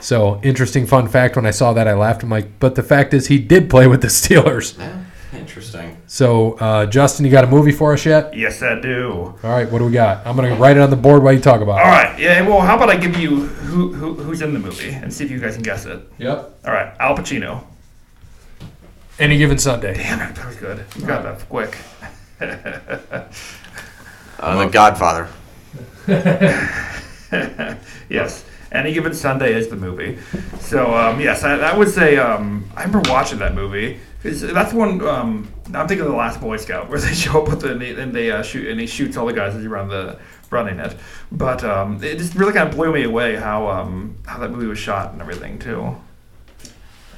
So interesting fun fact. When I saw that, I laughed. I'm like, but the fact is, he did play with the Steelers. Yeah, interesting. So uh, Justin, you got a movie for us yet? Yes, I do. All right, what do we got? I'm gonna write it on the board while you talk about All it. right. Yeah. Well, how about I give you who, who who's in the movie and see if you guys can guess it. Yep. All right. Al Pacino. Any given Sunday. Damn it. That was good. You got that quick. Uh, the Godfather. Yes. Any Given Sunday is the movie. So, um, yes, I, that was a. Um, I remember watching that movie. It's, that's one. Um, I'm thinking of the Last Boy Scout, where they show up with the, and they, and they uh, shoot and he shoots all the guys as he run the running it. But um, it just really kind of blew me away how um, how that movie was shot and everything too.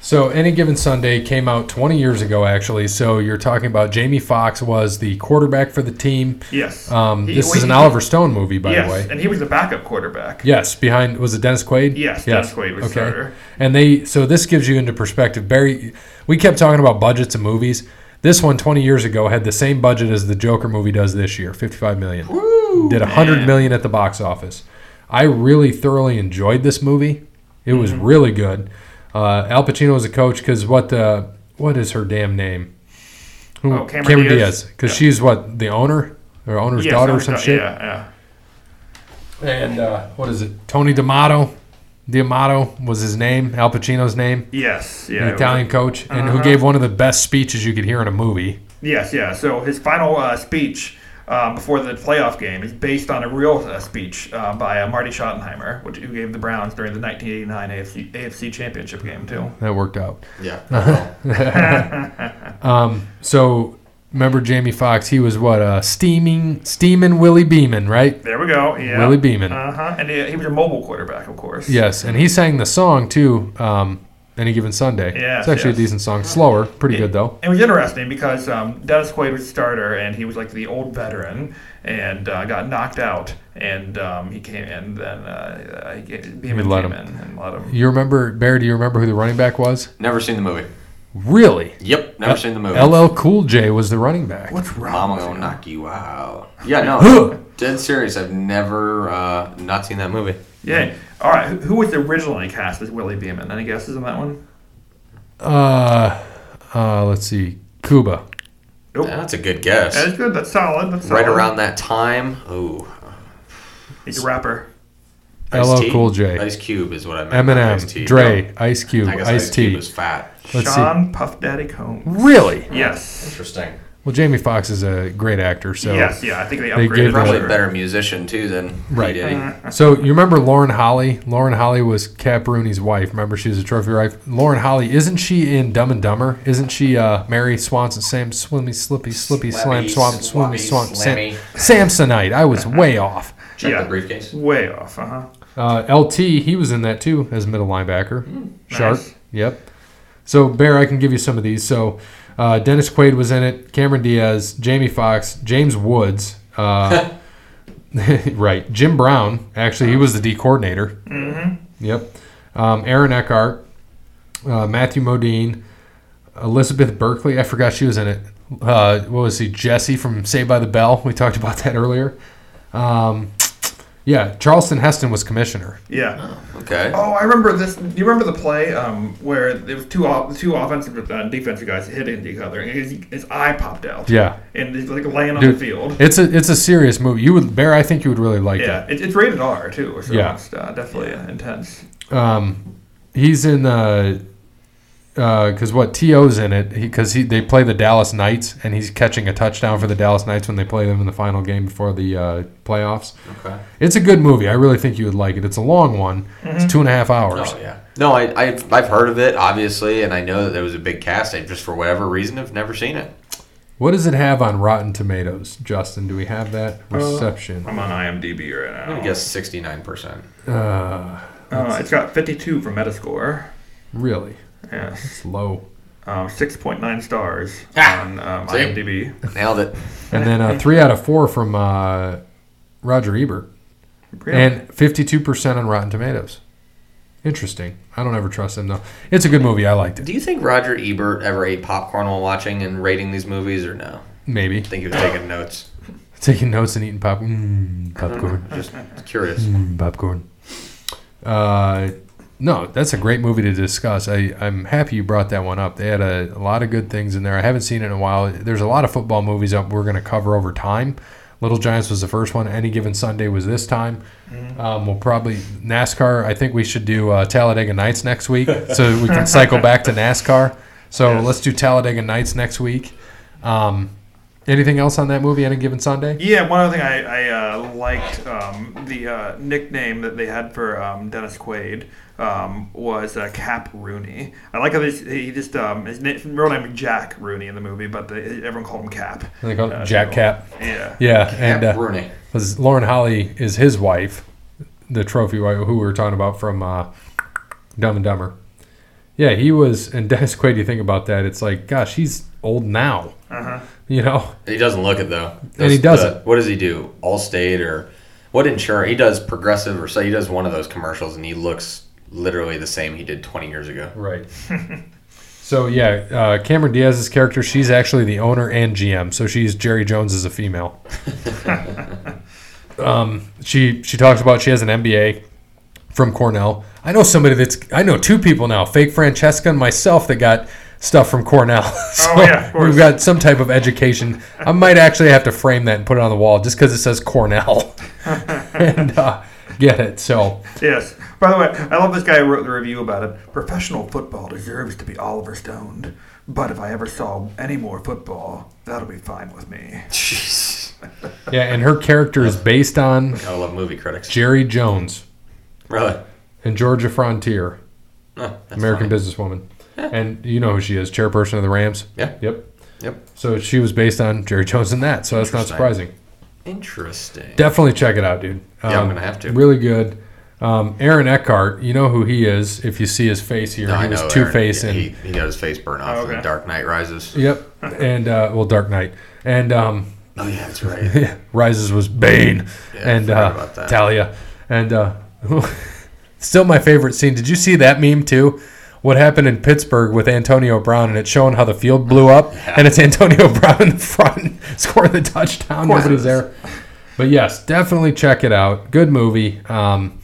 So any given Sunday came out 20 years ago, actually. So you're talking about Jamie Foxx was the quarterback for the team. Yes. Um, He- this well, is an he- Oliver Stone movie, by Yes, the way. and he was the backup quarterback. Yes, behind was it Dennis Quaid? Yes, Dennis Quaid was starter. And they so this gives you into perspective. Barry, we kept talking about budgets of movies. This one 20 years ago had the same budget as the Joker movie does this year, 55 million. Did 100 million at the box office. I really thoroughly enjoyed this movie. It was Mm-hmm. really good. Uh, Al Pacino was a coach because what the what is her damn name? Who, Oh, Cameron Diaz. Because she's what the owner or owner's Yeah, daughter or sounds some like- shit. Yeah, yeah. And uh, what is it? Tony D'Amato. D'Amato was his name. Al Pacino's name. Yes, yeah. it An was- Italian coach, and who Uh-huh. gave one of the best speeches you could hear in a movie. Yes, yeah. So his final uh, speech um, before the playoff game is based on a real uh, speech uh, by uh, Marty Schottenheimer, which who gave the Browns during the 1989 AFC, AFC Championship game too. That worked out. Yeah. So remember Jamie Foxx? He was what uh, steaming, steaming Willie Beeman, right? There we go. Yeah. Willie Beeman. Uh huh. And he, he was a mobile quarterback, of course. Yes, and he sang the song too. Um, Any given Sunday. Yes, it's actually yes. a decent song. Slower, pretty good though. It was interesting because um, Dennis Quaid was a starter, and he was like the old veteran, and uh, got knocked out, and um, he came in, then uh, he came, Beeman let came him. in and let him. You remember Bear? Do you remember who the running back was? Never seen the movie. Really? Yep. Never seen the movie. LL Cool J was the running back. What's wrong? Mama with gonna you? knock you out. Yeah, no. dead serious. I've never uh, not seen that movie. Yeah. All right. Who, who was originally cast as Willie Beeman? Any guesses on that one? Uh, uh, let's see, Cuba. Nope. Yeah, that's a good guess. That's good. That's solid. That's solid. right around that time. Ooh. He's a rapper. LL Ice-T? Cool J, Ice Cube is what I meant. not Ice-T. Eminem, Dre, Ice Cube, I guess Ice Cube T. is fat. Let's see. Sean Puff Daddy Combs. Really? Yes. Interesting. Well, Jamie Foxx is a great actor, so yes. Yeah. I think they They upgraded. gave him. Probably Sure. a better musician too than Right. P. Diddy. So you remember Lauren Holly? Lauren Holly was Cap Rooney's wife. Remember she was a trophy wife. Lauren Holly, isn't she in Dumb and Dumber? Isn't she uh, Mary Swanson? Sam Swimmy Slippy Slippy Slam Slappy, Swamp Swimmy Swappy, Swamp Sam, Slammy. Samsonite. I was way off. Check Yeah. the briefcase. Way off. Uh huh. Uh, LT, he was in that too as middle linebacker. Sharp. nice. Yep. So Bear, I can give you some of these. So uh, Dennis Quaid was in it. Cameron Diaz, Jamie Foxx, James Woods. Uh, right. Jim Brown. Actually, he was the D coordinator. Mm-hmm. Yep. Um, Aaron Eckhart, uh, Matthew Modine, Elizabeth Berkeley. I forgot she was in it. Uh, what was he? Jesse from Saved by the Bell. We talked about that earlier. Um, yeah, Charleston Heston was commissioner. Yeah. Okay. Oh, I remember this. Do you remember the play um, where it was two off, two offensive uh, defensive guys hitting each other, and his, his eye popped out. Yeah. And he's like laying on Dude, the field. It's a it's a serious movie. You would Bear, I think you would really like Yeah. it. It, it's rated R too, so Yeah. it's uh, definitely uh, intense. Um, he's in uh, because what To's in it because he, they play the Dallas Knights and he's catching a touchdown for the Dallas Knights when they play them in the final game before the uh, playoffs. Okay. It's a good movie. I really think you would like it. It's a long one. It's two and a half hours. Oh yeah. No, I, I've I've heard of it obviously, and I know that there was a big cast. I just for whatever reason have never seen it. What does it have on Rotten Tomatoes, Justin? Do we have that reception? I'm on IMDb right I now. guess sixty nine percent. Uh, it's got 52 from Metascore. Really, Yes. it's low. Um, 6.9 stars Ah, on um, see? IMDb. Nailed it. And then uh, three out of four from uh, Roger Ebert. and 52% on Rotten Tomatoes. Interesting. I don't ever trust him though. It's a good movie. I liked it. Do you think Roger Ebert ever ate popcorn while watching and rating these movies, or no? Maybe I think he was taking notes. taking notes and eating pop mm, popcorn. Just curious. Mm, popcorn. Uh, no, that's a great movie to discuss. I, I'm happy you brought that one up. They had a, a lot of good things in there. I haven't seen it in a while. There's a lot of football movies up we're going to cover over time. Little Giants was the first one. Any Given Sunday was this time. Um, we'll probably NASCAR. I think we should do uh, Talladega Nights next week, so we can cycle back to NASCAR. So let's do Talladega Nights next week. Um, anything else on that movie? Any Given Sunday? Yeah, one other thing I, I uh, liked um, the uh, nickname that they had for um, Dennis Quaid um, was uh, Cap Rooney. I like how this, he just um, his na- real name is Jack Rooney in the movie, but they, everyone called him Cap. They call it Uh, oh, Jack so- Cap. Yeah. Yeah, and Cap uh, Rooney. Because Lauren Holly is his wife, the trophy wife who we were talking about from uh, Dumb and Dumber. Yeah, he was. And Dennis Quaid, you think about that, it's like, gosh, he's old now. You know, He doesn't look it though. And he That's the- doesn't. what does he do? Allstate or what insurance? He does Progressive or so. He does one of those commercials, and he looks literally the same he did 20 years ago. right? So yeah, uh, Cameron Diaz's character, she's actually the owner and GM. So she's Jerry Jones as a female. um, she she talks about she has an MBA from Cornell. I know somebody that's I know two people now, fake Francesca and myself, that got stuff from Cornell. so Oh, yeah, of course. we've got some type of education. I might actually have to frame that and put it on the wall just because it says Cornell and uh, get it. So Yes. By the way, I love this guy who wrote the review about it. Professional football deserves to be Oliver Stoned, but if I ever saw any more football, that'll be fine with me. Jeez. yeah, and her character is based on I love movie critics. Jerry Jones. Really? and Georgia Frontier, Oh, that's American funny. businesswoman. And you know who she is, chairperson of the Rams. Yeah. Yep. Yep. So she was based on Jerry Jones and that, so that's not Interesting. surprising. Interesting. Definitely check it out, dude. Um, Yeah, I'm gonna have to. Really good. Um, Aaron Eckhart, you know who he is if you see his face here. No, he I was know Two Aaron. Face Yeah, and he, he got his face burnt off Oh, in okay. Dark Knight Rises. Yep. And uh, well, Dark Knight and um, Oh yeah, that's right. Rises was Bane Yeah, I and forgot uh, about that. Talia and uh, still my favorite scene. Did you see that meme too? What happened in Pittsburgh with Antonio Brown and it's showing how the field blew up and it's Antonio Brown in the front scoring the touchdown. Nobody's there. But yes, definitely check it out. Good movie. Um,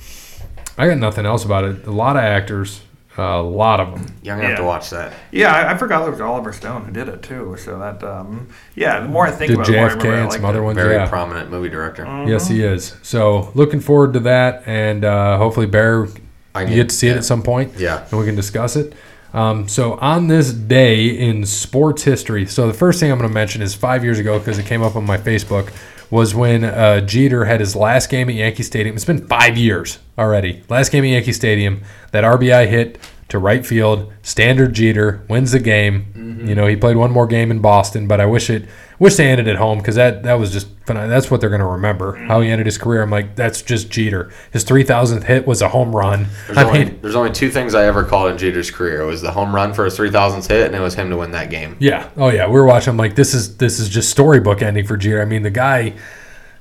I got nothing else about it. A lot of actors, uh, a lot of them. Yeah, I'm gonna have to Yeah. watch that. Yeah, I, I forgot it was Oliver Stone who did it too. So that, um, yeah, the more I think Did about it, the more I JFK remember I and liked some other it. ones. Very yeah. prominent movie director. Um, Yes, he is. So looking forward to that, and uh, hopefully Bear, I you can- get to see it yeah. at some point. Yeah. and we can discuss it. Um, so on this day in sports history, so the first thing I'm going to mention is five years ago because it came up on my Facebook was when uh, Jeter had his last game at Yankee Stadium. It's been five years already. Last game at Yankee Stadium, that RBI hit to right field, standard Jeter wins the game. Mm-hmm. You know he played one more game in Boston, but I wish it wish they ended at home because that that was just phenomenal. that's what they're going to remember how he ended his career. I'm like that's just Jeter. His 3,000th hit was a home run. There's, I only, mean, there's only two things I ever called in Jeter's career. It was the home run for his 3,000th hit, and it was him to win that game. Yeah. Oh yeah. We were watching. I'm like, this is this is just storybook ending for Jeter. I mean, the guy,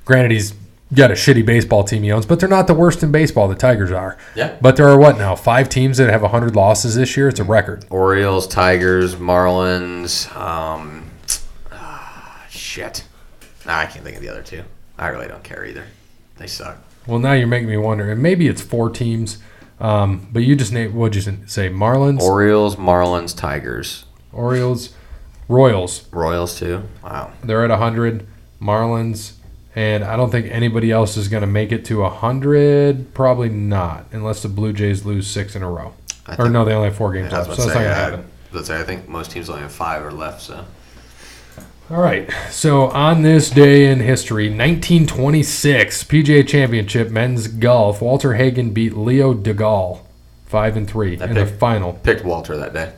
granted, he's got a shitty baseball team he owns, but they're not the worst in baseball. The Tigers are. Yeah. But there are what now? Five teams that have 100 losses this year. It's a record. Orioles, Tigers, Marlins. Um, ah, shit. Nah, I can't think of the other two. I really don't care either. They suck. Well, now you're making me wonder, and maybe it's four teams. Um, but you just named what'd you say? Marlins, Orioles, Marlins, Tigers, Orioles, Royals. Royals too. Wow. They're at 100. Marlins. And I don't think anybody else is going to make it to 100. Probably not, unless the Blue Jays lose six in a row. I Or think- no, they only have four games I left, was about so to that's not say, gonna I- happen. I was about to say, I think most teams only have five or left. So All right. So on this day in history, 1926 PGA Championship men's golf, Walter Hagen beat Leo DeGall five and three in the pick- final. picked Walter that day.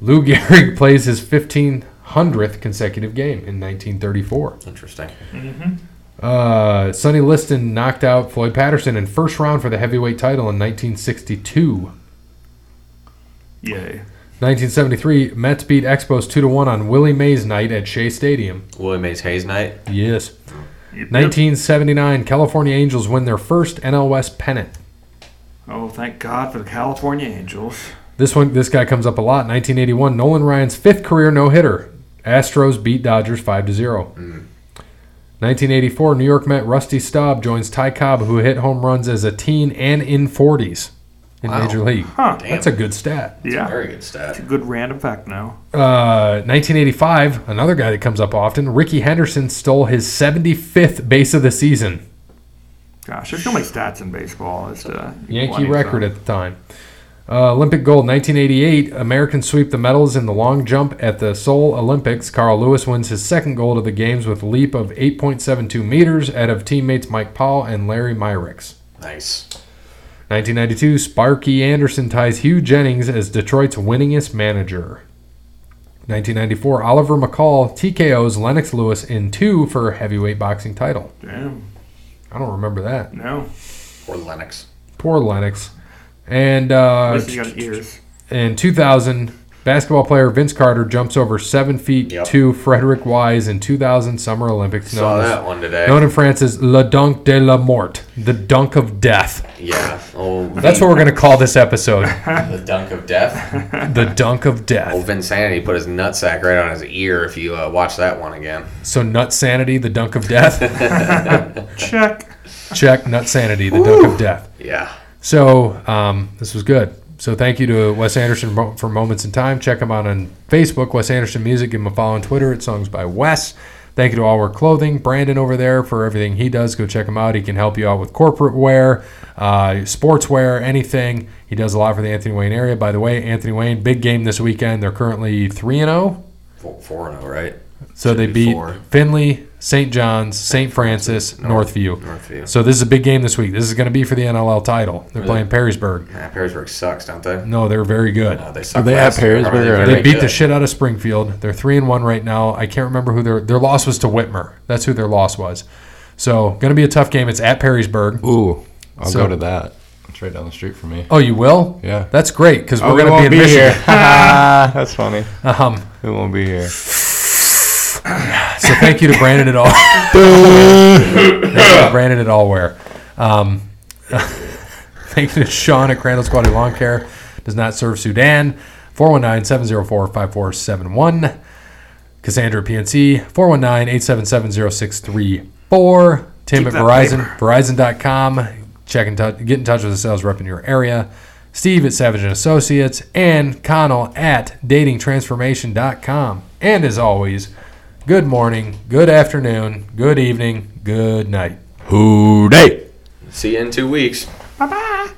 Lou Gehrig plays his 1500th consecutive game in 1934. Interesting. Mm-hmm. Uh, Sonny Liston knocked out Floyd Patterson in first round for the heavyweight title in 1962. Yay. 1973 Mets beat Expos two to one on Willie Mays night at Shea Stadium. Willie Mays Hayes night. Yes. Yep, 1979, California Angels win their first NL West pennant. yep. Oh, thank God for the California Angels. This one, this guy comes up a lot. 1981, Nolan Ryan's fifth career no hitter. Astros beat Dodgers five to zero. 1984, New York Met Rusty Staub joins Ty Cobb, who hit home runs as a teen and in 40s in Wow. Major League. Huh. That's a good stat. Yeah. Very good stat. It's a good random fact now. Uh, 1985, another guy that comes up often. Ricky Henderson stole his 75th base of the season. Gosh, there's so many stats in baseball. It's uh, Yankee record at the time. Uh, Olympic gold, 1988. Americans sweep the medals in the long jump at the Seoul Olympics. Carl Lewis wins his second gold of the games with a leap of 8.72 meters out of teammates Mike Powell and Larry Myricks. Nice. 1992, Sparky Anderson ties Hugh Jennings as Detroit's winningest manager. 1994, Oliver McCall TKO's Lennox Lewis in two for heavyweight boxing title. Damn. I don't remember that. No. Or Lennox. Poor Lennox. And At uh, least he's got his ears. in 2000, Basketball player Vince Carter jumps over seven feet Yep. to Frederick Wise in 2000 Summer Olympics. Saw known as- that one today. Known in France as Le Dunk de la Mort, the dunk of death. Yeah. Oh, That's what we're going to call this episode, the dunk of death. the dunk of Old death. Vinsanity put his nutsack right on his ear. If you uh, watch that one again, So nut sanity, the dunk of death. Check. Check nut sanity, the dunk of death. yeah. So um, this was good. So thank you to Wes Anderson Mo- for Moments in Time. Check him out on Facebook, Wes Anderson Music. Give him a follow on Twitter at Songs by Wes. Thank you to All Wear Clothing, Brandon over there for everything he does. Go check him out. He can help you out with corporate wear, uh, sportswear, anything. He does a lot for the Anthony Wayne area. By the way, Anthony Wayne, big game this weekend. They're currently 3 and 0. Four, four and oh, right? So Should they be beat four. Findlay, St. John's, St. Francis, Northview. Northview. So this is a big game this week. This is going to be for the NLL title. They're Really? playing Perrysburg. Yeah, Perrysburg sucks, don't they? No, they're very good. No, they suck. they at last year. Are Perrysburg or- They very beat the good? shit out of Springfield. They're three and one right now. I can't remember who their their loss was to Whitmer. That's who their loss was. So gonna be a tough game. It's at Perrysburg. Ooh, I'll So- go to that. It's right down the street from me. Oh, you will? Yeah. That's great because Oh, we're we gonna be in won't Michigan. here. That's funny. Um, We won't be here. so thank you to Brandon at all. thank you to Brandon at Allware. Um, thank you to Sean at Crandall's Quality Lawn Care. Does not serve Sudan. 419-704-5471. Cassandra at PNC. 419-877-0634. Tim Keep at that Verizon. Verizon.com. Check in touch, get in touch with a sales rep in your area. Steve at Savage and Associates and Connell at datingtransformation.com. And as always, good morning, good afternoon, good evening, good night. Who day? See you in two weeks. Bye bye.